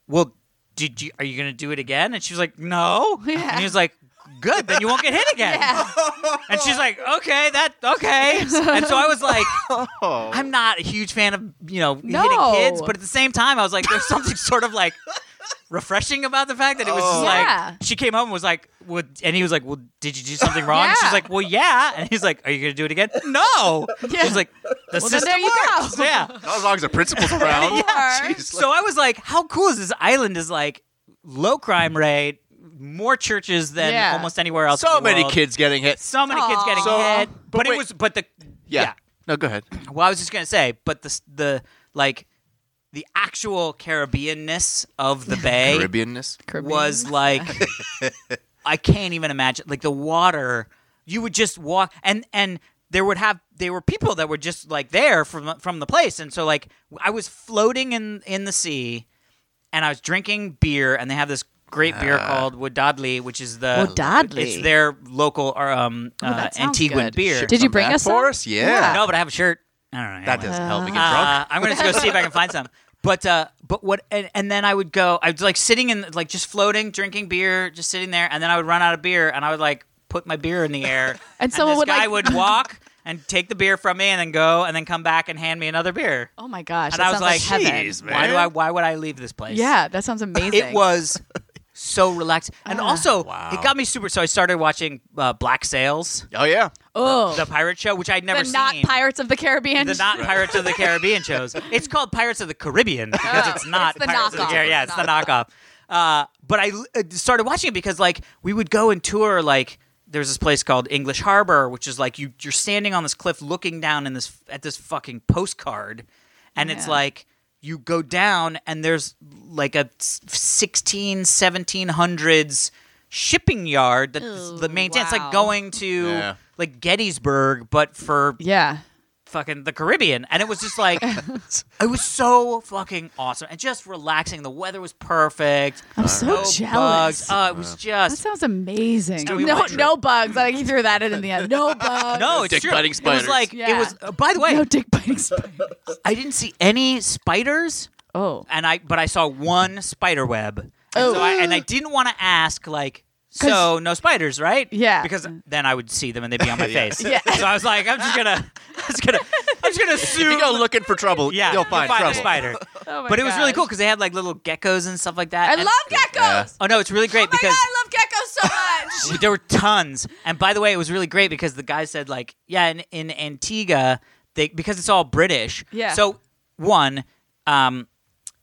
Speaker 3: "Well, did you? Are you going to do it again?" And she was like, "No." And he was like, "Good, then you
Speaker 4: [laughs]
Speaker 3: won't get hit again." And she's like, "Okay, that okay." And so I was like, "I'm not a huge fan of you know
Speaker 4: No.
Speaker 3: hitting kids, but at the same time, I was like, there's something sort of like." refreshing about the fact that it was just
Speaker 4: Oh.
Speaker 3: like
Speaker 4: Yeah.
Speaker 3: she came home and was like, "Would," and he was like, "Well, did you do something wrong?"
Speaker 4: Yeah.
Speaker 3: She's like, "Well, yeah," and he's like, "Are you gonna do it again?" No.
Speaker 4: [laughs] Yeah.
Speaker 3: She's like, "The
Speaker 4: then
Speaker 3: system
Speaker 4: there you go.
Speaker 3: works." Yeah.
Speaker 1: Not as long as the [laughs] principal's around.
Speaker 4: Yeah.
Speaker 3: [laughs]
Speaker 1: Jeez,
Speaker 3: So I was like, "How cool is this island? Is like low crime rate, more churches than
Speaker 4: Yeah.
Speaker 3: almost anywhere else.
Speaker 1: so
Speaker 3: in the
Speaker 1: many
Speaker 3: world.
Speaker 1: kids getting hit.
Speaker 3: so many kids
Speaker 4: Aw.
Speaker 3: getting
Speaker 1: So-
Speaker 3: hit."
Speaker 1: but
Speaker 3: But,
Speaker 1: wait.
Speaker 3: it was, but the
Speaker 1: yeah. No, go ahead.
Speaker 3: well, I was just gonna say, but the s- the like the actual Caribbeanness of the bay.
Speaker 1: Caribbeanness.
Speaker 3: was like I can't even imagine like the water you would just walk and and there would have there were people that were just like there from from the place and so like I was floating in in the sea and I was drinking beer and they have this great beer called Wodadli which is the
Speaker 4: Wodadli.
Speaker 3: it's their local um uh,
Speaker 4: Oh, that sounds
Speaker 3: Antiguan
Speaker 4: good.
Speaker 3: beer
Speaker 4: Did you
Speaker 1: Come
Speaker 4: bring
Speaker 1: back
Speaker 4: us
Speaker 1: for
Speaker 4: some?
Speaker 1: us? Yeah.
Speaker 3: no but I have a shirt I don't know
Speaker 1: That
Speaker 3: anyway.
Speaker 1: doesn't help me get
Speaker 3: Uh,
Speaker 1: drunk.
Speaker 3: I'm gonna go see if I can find some. But uh, but what and, and then I would go. I was like sitting in like just floating, drinking beer, just sitting there, and then I would run out of beer, and I would like put my beer in the air,
Speaker 4: [laughs] And someone
Speaker 3: this
Speaker 4: would,
Speaker 3: guy
Speaker 4: like-
Speaker 3: would walk and take the beer from me, and then go, and then come back and hand me another beer.
Speaker 4: Oh my gosh.
Speaker 3: And
Speaker 4: that
Speaker 3: I was
Speaker 4: sounds like,
Speaker 3: like,
Speaker 4: heaven.
Speaker 1: Jeez, man.
Speaker 3: Why do I? Why would I leave this place?
Speaker 4: Yeah, that sounds amazing.
Speaker 3: [laughs]
Speaker 4: Ah.
Speaker 3: It was so relaxing, and also it got me super. So I started watching uh, Black Sails,
Speaker 1: Oh, yeah.
Speaker 4: Oh,
Speaker 3: the pirate show, which I'd never
Speaker 4: the not
Speaker 3: seen.
Speaker 4: Pirates of the Caribbean.
Speaker 3: The not Pirates of the Caribbean
Speaker 4: [laughs]
Speaker 3: shows. It's called Pirates of the Caribbean because it's not
Speaker 4: Oh, the
Speaker 3: Pirates of the
Speaker 4: knockoff.
Speaker 3: Caribbean. Yeah, it's the knockoff. Uh, but I l- uh, started watching it because like we would go and tour like there's this place called English Harbor, which is like you you're standing on this cliff looking down in this at this fucking postcard, and it's
Speaker 4: Yeah.
Speaker 3: like you go down and there's like a s- 16 1700s shipping yard that's the
Speaker 4: Ooh,
Speaker 3: main it's like
Speaker 4: wow.
Speaker 3: going to
Speaker 1: Yeah.
Speaker 3: like gettysburg but for
Speaker 4: yeah.
Speaker 3: fucking the Caribbean, and it was
Speaker 4: [laughs]
Speaker 3: just like it was so fucking awesome and just relaxing. The weather was perfect.
Speaker 4: I'm so
Speaker 3: Uh, no
Speaker 4: jealous.
Speaker 3: Bugs. Uh, it was
Speaker 4: That
Speaker 3: just
Speaker 4: sounds amazing.
Speaker 3: Stewie
Speaker 4: No,
Speaker 3: Wonder.
Speaker 4: no bugs. I think he threw that in in the end. No bugs.
Speaker 3: [laughs] no. It's
Speaker 1: Dick
Speaker 3: true.
Speaker 1: biting
Speaker 3: It
Speaker 1: spiders.
Speaker 3: was like
Speaker 4: Yeah.
Speaker 3: it was. Uh, by the way,
Speaker 4: No dick
Speaker 3: [laughs]
Speaker 4: biting spider.
Speaker 3: I didn't see any spiders,
Speaker 4: Oh,
Speaker 3: and I but I saw one spider web. And oh. so I, and I didn't want to ask like. So no spiders, right?
Speaker 4: Yeah.
Speaker 3: Because then I would see them and they'd
Speaker 1: [laughs]
Speaker 3: be on my face.
Speaker 4: Yeah.
Speaker 3: So I was like, I'm just gonna, [laughs] I'm just gonna, I'm just gonna
Speaker 1: If
Speaker 3: assume.
Speaker 1: you go looking for trouble,
Speaker 3: Oh, yeah,
Speaker 1: you'll find,
Speaker 3: a
Speaker 1: trouble.
Speaker 3: spider.
Speaker 4: Oh my
Speaker 3: but it was really
Speaker 4: gosh.
Speaker 3: cool because they had like little geckos and stuff like that.
Speaker 4: I
Speaker 3: and-
Speaker 4: love geckos.
Speaker 1: Yeah.
Speaker 3: Oh no, it's really great
Speaker 4: Oh my god,
Speaker 3: because
Speaker 4: I love geckos
Speaker 3: [laughs]
Speaker 4: so much.
Speaker 3: there were tons. And by the way, it was really great because the guy said like, yeah, in, in Antigua, they because it's all British.
Speaker 4: Yeah.
Speaker 3: So one, um,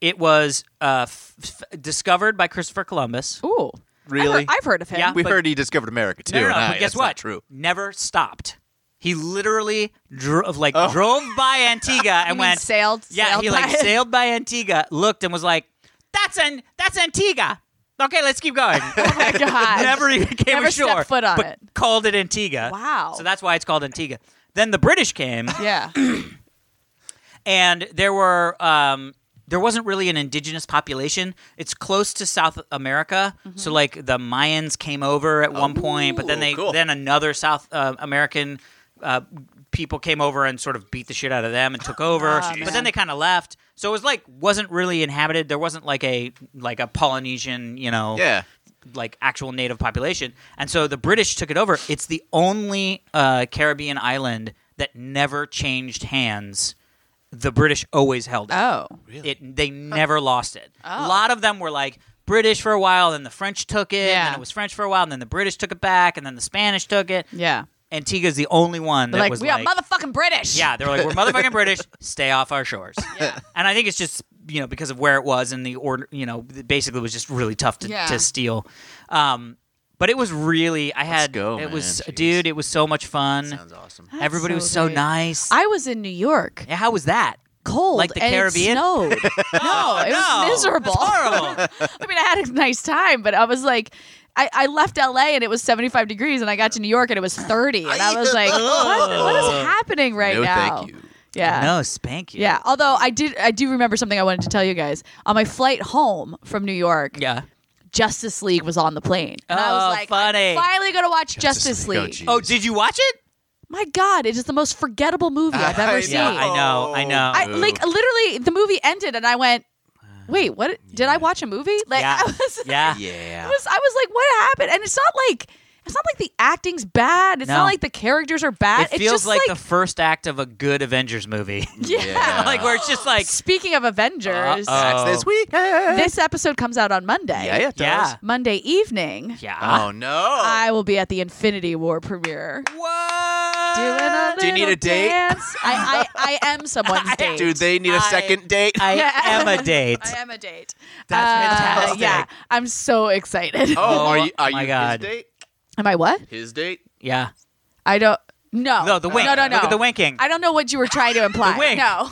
Speaker 3: it was uh, f- f- discovered by Christopher Columbus.
Speaker 4: [laughs] Ooh, I've
Speaker 1: Really?
Speaker 4: heard, I've heard of him.
Speaker 3: Yeah.
Speaker 1: We've
Speaker 3: But-
Speaker 1: heard he discovered America, too.
Speaker 3: No, no, no,
Speaker 1: and I-
Speaker 3: but guess
Speaker 1: that's not
Speaker 3: what?
Speaker 1: True.
Speaker 3: Never stopped. He literally drove like
Speaker 1: Oh.
Speaker 3: drove
Speaker 1: [laughs]
Speaker 3: by Antigua and
Speaker 4: mean
Speaker 3: went
Speaker 4: sailed-
Speaker 3: Yeah,
Speaker 4: sailed
Speaker 3: he like
Speaker 4: by it?
Speaker 3: sailed by Antigua, looked and was like, "That's an that's Antigua." Okay, let's
Speaker 4: [laughs]
Speaker 3: keep going.
Speaker 4: [laughs] Oh my god.
Speaker 3: [laughs] never even came
Speaker 4: Never
Speaker 3: ashore.
Speaker 4: stepped foot on
Speaker 3: but
Speaker 4: it.
Speaker 3: Called it Antigua.
Speaker 4: Wow.
Speaker 3: So that's why it's called Antigua. Then the British came,
Speaker 4: [laughs] Yeah.
Speaker 3: and there were um, there wasn't really an indigenous population. It's close to South America, so like the Mayans came over at one point, but then they
Speaker 1: Mm-hmm. cool.
Speaker 3: then another South uh, American uh, people came over and sort of beat the shit out of them and took
Speaker 1: Oh,
Speaker 3: over.
Speaker 4: Ah,
Speaker 3: but
Speaker 4: man.
Speaker 3: then they kind of left. So it was like wasn't really inhabited. There wasn't like a like a Polynesian, you know,
Speaker 1: Yeah.
Speaker 3: like actual native population. And so the British took it over. It's the only uh, Caribbean island that never changed hands. The British always held it.
Speaker 4: Oh.
Speaker 3: It they never lost it. A lot of them were like British for a while, then the French took it, and
Speaker 4: Yeah.
Speaker 3: then it was French for a while, and then the British took it back, and then the Spanish took it.
Speaker 4: Yeah.
Speaker 3: Antigua's the only one that
Speaker 4: Like
Speaker 3: was
Speaker 4: we
Speaker 3: like,
Speaker 4: are motherfucking British.
Speaker 3: yeah, they're like, we're motherfucking British. Stay off our
Speaker 4: [laughs]
Speaker 3: shores. Yeah. And I think it's just you know because of where it was and the order. You know, basically it was just really tough to,
Speaker 4: Yeah.
Speaker 3: to steal. Um, but it was really I had
Speaker 1: go,
Speaker 3: it
Speaker 1: man.
Speaker 3: was
Speaker 1: Jeez.
Speaker 3: dude, it was so much fun.
Speaker 1: Sounds awesome.
Speaker 3: Everybody
Speaker 4: so
Speaker 3: was so
Speaker 4: great.
Speaker 3: nice.
Speaker 4: I was in New York.
Speaker 3: yeah, how was that?
Speaker 4: Cold
Speaker 3: Like the
Speaker 4: and
Speaker 3: Caribbean?
Speaker 4: It snowed. no,
Speaker 3: [laughs]
Speaker 4: it
Speaker 3: no.
Speaker 4: was [laughs] miserable.
Speaker 3: That's horrible.
Speaker 4: I mean, I had a nice time, but I was like, I, I left LA and it was 75 degrees, and I got to New York and it was 30, and I was like, what, what is happening right
Speaker 1: no,
Speaker 4: now?
Speaker 1: thank you.
Speaker 4: [laughs] Yeah.
Speaker 3: No, spank you.
Speaker 4: Yeah. Although I did, I do remember something I wanted to tell you guys. On my flight home from New York,
Speaker 3: Yeah.
Speaker 4: Justice League was on the plane. And I
Speaker 3: Oh,
Speaker 4: was like, I'm
Speaker 3: funny.
Speaker 4: finally going to watch Justice,
Speaker 1: Justice League.
Speaker 4: League. Oh
Speaker 1: Oh, gee.
Speaker 3: Oh, did you watch it?
Speaker 4: My God, it is the most forgettable movie I've ever
Speaker 1: I
Speaker 4: seen.
Speaker 1: know.
Speaker 3: Yeah, I know, I know.
Speaker 4: I
Speaker 1: Oh. Ooh.
Speaker 4: like literally the movie ended and I went, wait, what? Did I watch a movie? Like
Speaker 3: Yeah.
Speaker 4: I was,
Speaker 1: uh,
Speaker 3: Yeah.
Speaker 4: I
Speaker 1: yeah.
Speaker 4: was, I was like, what happened? And it's not like it's not like the acting's bad. It's
Speaker 3: No.
Speaker 4: not like the characters are bad.
Speaker 3: It
Speaker 4: it's
Speaker 3: feels
Speaker 4: just
Speaker 3: like, the first act of a good Avengers movie. [laughs]
Speaker 4: [laughs] yeah.
Speaker 1: Yeah.
Speaker 3: like where it's
Speaker 4: [laughs]
Speaker 3: just like
Speaker 4: Speaking of Avengers,
Speaker 3: Uh-oh.
Speaker 1: That's this weekend.
Speaker 4: this episode comes out on Monday.
Speaker 1: yeah, it does.
Speaker 3: Yeah.
Speaker 4: Monday evening,
Speaker 3: yeah.
Speaker 1: Oh no.
Speaker 4: I will be at the Infinity War premiere.
Speaker 3: What?
Speaker 4: Doing a
Speaker 1: Do you need
Speaker 4: little
Speaker 1: a date?
Speaker 4: dance. I, I, I
Speaker 3: [laughs]
Speaker 4: am someone's date.
Speaker 1: Dude, they need a
Speaker 3: I-
Speaker 1: second date.
Speaker 3: I
Speaker 4: Yeah.
Speaker 3: am a
Speaker 1: [laughs]
Speaker 3: date.
Speaker 4: I am a date.
Speaker 3: That's
Speaker 4: Uh,
Speaker 3: fantastic.
Speaker 4: Yeah, I'm so excited.
Speaker 1: oh, are you, are
Speaker 3: my
Speaker 1: you
Speaker 3: God.
Speaker 1: his date?
Speaker 4: Am I what?
Speaker 1: His date?
Speaker 3: Yeah.
Speaker 4: I don't. No.
Speaker 3: No, the wink.
Speaker 4: No, no, no.
Speaker 3: Look at the winking.
Speaker 4: I don't know what you were trying
Speaker 3: [laughs]
Speaker 4: to imply.
Speaker 3: wink.
Speaker 4: No.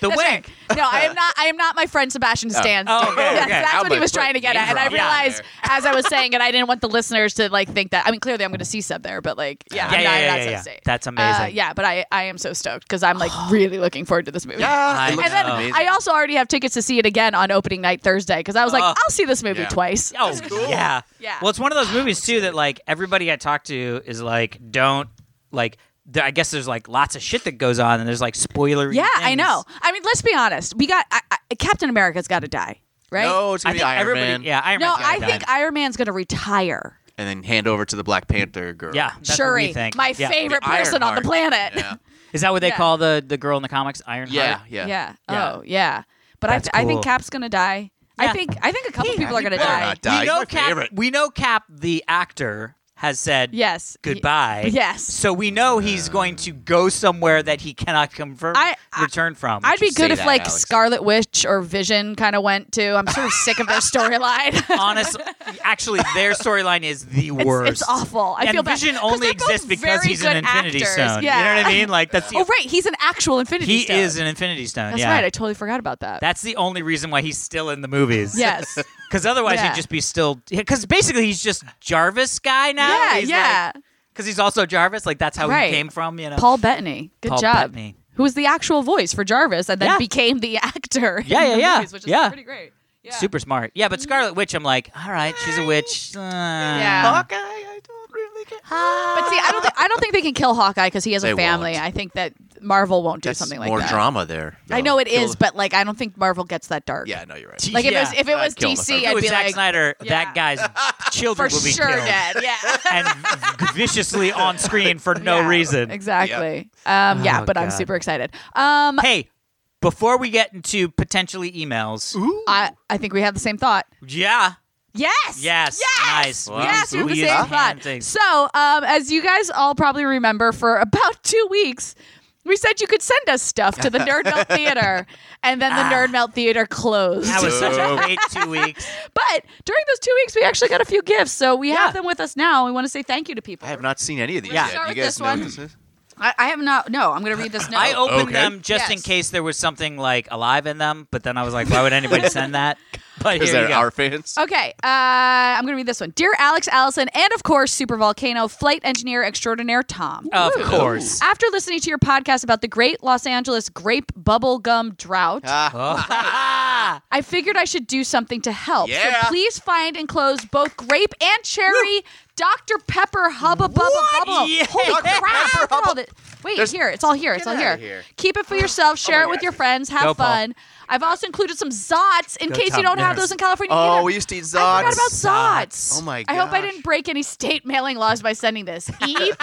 Speaker 3: The
Speaker 4: That's
Speaker 3: wink.
Speaker 4: right. No, I am not. I am not my friend Sebastian Stan.
Speaker 3: Oh, okay,
Speaker 4: that's, [laughs]
Speaker 3: okay.
Speaker 4: that's
Speaker 1: How
Speaker 4: what he
Speaker 1: about
Speaker 4: was
Speaker 1: put
Speaker 4: trying to get at, and I
Speaker 1: names
Speaker 3: on there?
Speaker 4: realized as I
Speaker 3: [laughs]
Speaker 4: was saying it, I didn't want the listeners to like think that. I mean, clearly, I'm going to see sub there, but like, yeah,
Speaker 3: Yeah,
Speaker 4: I'm
Speaker 3: yeah,
Speaker 4: not,
Speaker 3: yeah,
Speaker 4: I'm
Speaker 3: yeah,
Speaker 4: not
Speaker 3: yeah.
Speaker 4: sub state.
Speaker 3: That's
Speaker 4: Uh,
Speaker 3: amazing.
Speaker 4: yeah, but I, I am so stoked because I'm
Speaker 3: [gasps]
Speaker 4: like really looking forward to this movie.
Speaker 1: Yeah.
Speaker 3: I-
Speaker 1: it looks
Speaker 4: And then
Speaker 1: amazing.
Speaker 4: I also already have tickets to see it again on opening night Thursday because I was like,
Speaker 3: Oh.
Speaker 4: I'll see this movie
Speaker 1: Yeah.
Speaker 4: twice.
Speaker 3: Oh, yeah.
Speaker 4: Yeah.
Speaker 3: Well, it's one of those movies too that like everybody I talk to is like, don't like. There, I guess there's like lots of shit that goes on, and there's like spoilery.
Speaker 4: Yeah, I
Speaker 3: things.
Speaker 4: know. I mean, let's be honest. We got I, I, Captain America's got to die, right?
Speaker 1: No, it's
Speaker 3: I
Speaker 1: gonna be
Speaker 3: think
Speaker 1: Iron
Speaker 3: everybody.
Speaker 1: Man.
Speaker 3: Yeah, Iron
Speaker 4: no,
Speaker 3: Man's
Speaker 4: I
Speaker 3: gotta
Speaker 4: think
Speaker 3: die.
Speaker 4: Iron Man's going to retire.
Speaker 1: And then hand over to the Black Panther girl.
Speaker 3: Yeah, that's what we
Speaker 4: Shuri,
Speaker 3: think.
Speaker 4: my
Speaker 3: Yeah.
Speaker 4: favorite
Speaker 1: The Iron
Speaker 4: person on the
Speaker 1: Heart.
Speaker 4: planet.
Speaker 1: Yeah.
Speaker 3: Is that what
Speaker 4: [laughs]
Speaker 3: they
Speaker 4: Yeah.
Speaker 3: call the the girl in the comics? Iron.
Speaker 1: Yeah.
Speaker 3: Heart?
Speaker 1: Yeah.
Speaker 3: Yeah.
Speaker 4: Oh, yeah. But I,
Speaker 3: That's
Speaker 4: I
Speaker 3: cool.
Speaker 4: think Cap's gonna die.
Speaker 3: Yeah.
Speaker 4: I think I think a couple people are
Speaker 1: you
Speaker 4: gonna
Speaker 1: better
Speaker 4: die.
Speaker 1: not die.
Speaker 3: We
Speaker 1: He's
Speaker 3: know
Speaker 1: my
Speaker 3: Cap.
Speaker 1: favorite.
Speaker 3: We know Cap, the actor, has said
Speaker 4: Yes.
Speaker 3: goodbye.
Speaker 4: Y- yes.
Speaker 3: So we know he's going to go somewhere that he cannot confirm
Speaker 4: I- I-
Speaker 3: return from.
Speaker 4: I'd be
Speaker 1: say
Speaker 4: good if
Speaker 1: that,
Speaker 4: like
Speaker 1: Alex.
Speaker 4: Scarlet Witch or Vision kind of went too. I'm
Speaker 3: [laughs]
Speaker 4: sort of sick of their [laughs] storyline.
Speaker 3: honestly, actually, their storyline is the
Speaker 4: It's
Speaker 3: worst.
Speaker 4: awful. I
Speaker 3: and
Speaker 4: feel bad.
Speaker 3: Vision
Speaker 4: 'Cause
Speaker 3: only
Speaker 4: they're both
Speaker 3: exists because
Speaker 4: very
Speaker 3: he's an
Speaker 4: good
Speaker 3: Infinity
Speaker 4: actors.
Speaker 3: Stone.
Speaker 4: Yeah.
Speaker 3: You know what I mean? Like
Speaker 4: [laughs]
Speaker 3: that's the,
Speaker 4: Oh right, he's an actual Infinity
Speaker 3: he
Speaker 4: Stone.
Speaker 3: is an Infinity Stone.
Speaker 4: That's
Speaker 3: yeah,
Speaker 4: right. I totally forgot about that.
Speaker 3: that's the only reason why he's still in the movies. [laughs]
Speaker 4: yes.
Speaker 3: because otherwise
Speaker 4: Yeah.
Speaker 3: he'd just be still. Because basically he's just Jarvis guy now.
Speaker 4: yeah.
Speaker 3: He's
Speaker 4: Yeah.
Speaker 3: Because he's also Jarvis. Like that's how
Speaker 4: Right.
Speaker 3: he came from. You know.
Speaker 4: Paul Bettany. Good
Speaker 3: Paul
Speaker 4: job.
Speaker 3: Bettany.
Speaker 4: Who was the actual voice for Jarvis and then
Speaker 3: Yeah.
Speaker 4: became the [laughs] actor.
Speaker 3: Yeah,
Speaker 4: in
Speaker 3: yeah,
Speaker 4: the
Speaker 3: yeah.
Speaker 4: Movies, which is
Speaker 3: Yeah.
Speaker 4: pretty great. Yeah.
Speaker 3: Super smart. Yeah, but Scarlet Witch, I'm like, all right, she's a witch. Uh,
Speaker 4: Mm-hmm. Yeah.
Speaker 1: Hawkeye, I don't really get.
Speaker 4: But see, I don't, th- I don't think they can kill Hawkeye because he has a
Speaker 1: They
Speaker 4: family.
Speaker 1: won't.
Speaker 4: I think that Marvel won't do
Speaker 1: That's
Speaker 4: something like
Speaker 1: more
Speaker 4: that.
Speaker 1: drama there.
Speaker 4: I know it
Speaker 1: Kill
Speaker 4: is,
Speaker 1: the-
Speaker 4: but like, I don't think Marvel gets that dark.
Speaker 1: yeah, no, you're right.
Speaker 4: Like if
Speaker 3: Yeah.
Speaker 4: it was, if it
Speaker 1: I'd
Speaker 4: was
Speaker 1: kill him if
Speaker 4: DC,
Speaker 1: I
Speaker 4: I'd
Speaker 3: If it
Speaker 4: be
Speaker 3: was Zack
Speaker 4: like,
Speaker 3: Snyder,
Speaker 4: Yeah. [laughs]
Speaker 3: that guy's children
Speaker 4: for
Speaker 3: will be
Speaker 4: sure
Speaker 3: killed.
Speaker 1: [laughs]
Speaker 4: dead. Yeah.
Speaker 3: [laughs] and v-
Speaker 4: [laughs]
Speaker 3: viciously on screen for no
Speaker 4: Yeah,
Speaker 3: reason.
Speaker 4: Exactly. Um, yeah,
Speaker 3: Oh,
Speaker 4: but I'm
Speaker 3: God.
Speaker 4: super excited. Um,
Speaker 3: Hey, before we get into potentially emails,
Speaker 4: I, I think we have the same thought.
Speaker 3: yeah,
Speaker 4: Yes.
Speaker 3: Yes. Nice.
Speaker 4: Yes.
Speaker 3: Wow.
Speaker 4: Yes. We have the
Speaker 3: We
Speaker 4: same
Speaker 3: is
Speaker 4: thought.
Speaker 3: panting.
Speaker 4: So, um, as you guys all probably remember, for about [laughs] two weeks, we said you could send us stuff to the Nerd
Speaker 3: [laughs]
Speaker 4: Melt Theater, and then the Nerd Melt Theater closed.
Speaker 3: Ah. that was such
Speaker 4: [laughs]
Speaker 3: a
Speaker 1: Dope.
Speaker 3: great two weeks.
Speaker 4: But during those two weeks, we actually got a few gifts, so we
Speaker 3: Yeah.
Speaker 4: have them with us now. We want to say thank you to people.
Speaker 1: I have not seen any of these
Speaker 4: Yeah.
Speaker 1: yet.
Speaker 4: Start
Speaker 1: You
Speaker 4: with
Speaker 1: guys
Speaker 4: this
Speaker 1: know
Speaker 4: one.
Speaker 1: what
Speaker 4: [laughs]
Speaker 1: this is?
Speaker 4: I, I have not. No, I'm going to read this now.
Speaker 3: I opened
Speaker 1: Okay.
Speaker 3: them just in
Speaker 4: Yes.
Speaker 3: case there was something like alive in them, but then I was like, why would anybody
Speaker 4: [laughs]
Speaker 3: send that? But
Speaker 1: Is
Speaker 3: here you
Speaker 1: that
Speaker 3: go.
Speaker 1: our fans?
Speaker 4: Okay, uh, I'm going to read this one. Dear Alex Allison, and of course, Super Volcano Flight Engineer Extraordinaire Tom.
Speaker 3: of course.
Speaker 4: After listening to your podcast about the great Los Angeles grape bubblegum drought,
Speaker 1: Oh,
Speaker 4: [laughs]
Speaker 3: [laughs] Ah.
Speaker 4: I figured I should do something to help.
Speaker 1: Yeah.
Speaker 4: So please find and close both grape and cherry Dr. Pepper Hubba Bubba Bubble.
Speaker 3: Yeah.
Speaker 4: Holy
Speaker 1: Dr.
Speaker 4: crap.
Speaker 1: Pepper
Speaker 4: look at all
Speaker 1: Hubba-
Speaker 4: the- Wait,
Speaker 1: There's-
Speaker 4: here. It's all here. It's
Speaker 1: Get
Speaker 4: all
Speaker 1: outta
Speaker 4: here.
Speaker 1: here.
Speaker 4: Keep it for yourself. Share it with
Speaker 1: God.
Speaker 4: your friends. Have
Speaker 3: Go, Paul.
Speaker 4: fun. I've also included some Zots in
Speaker 3: Go,
Speaker 4: case
Speaker 3: Tom.
Speaker 4: you don't have
Speaker 3: Yes.
Speaker 4: those in California.
Speaker 1: Oh,
Speaker 4: either.
Speaker 1: we used to eat [laughs]
Speaker 4: I forgot
Speaker 1: Zots.
Speaker 4: about
Speaker 1: Zots.
Speaker 4: Zots.
Speaker 1: Oh my
Speaker 4: I hope I
Speaker 1: gosh.
Speaker 4: didn't break any state mailing laws by sending this. Eep.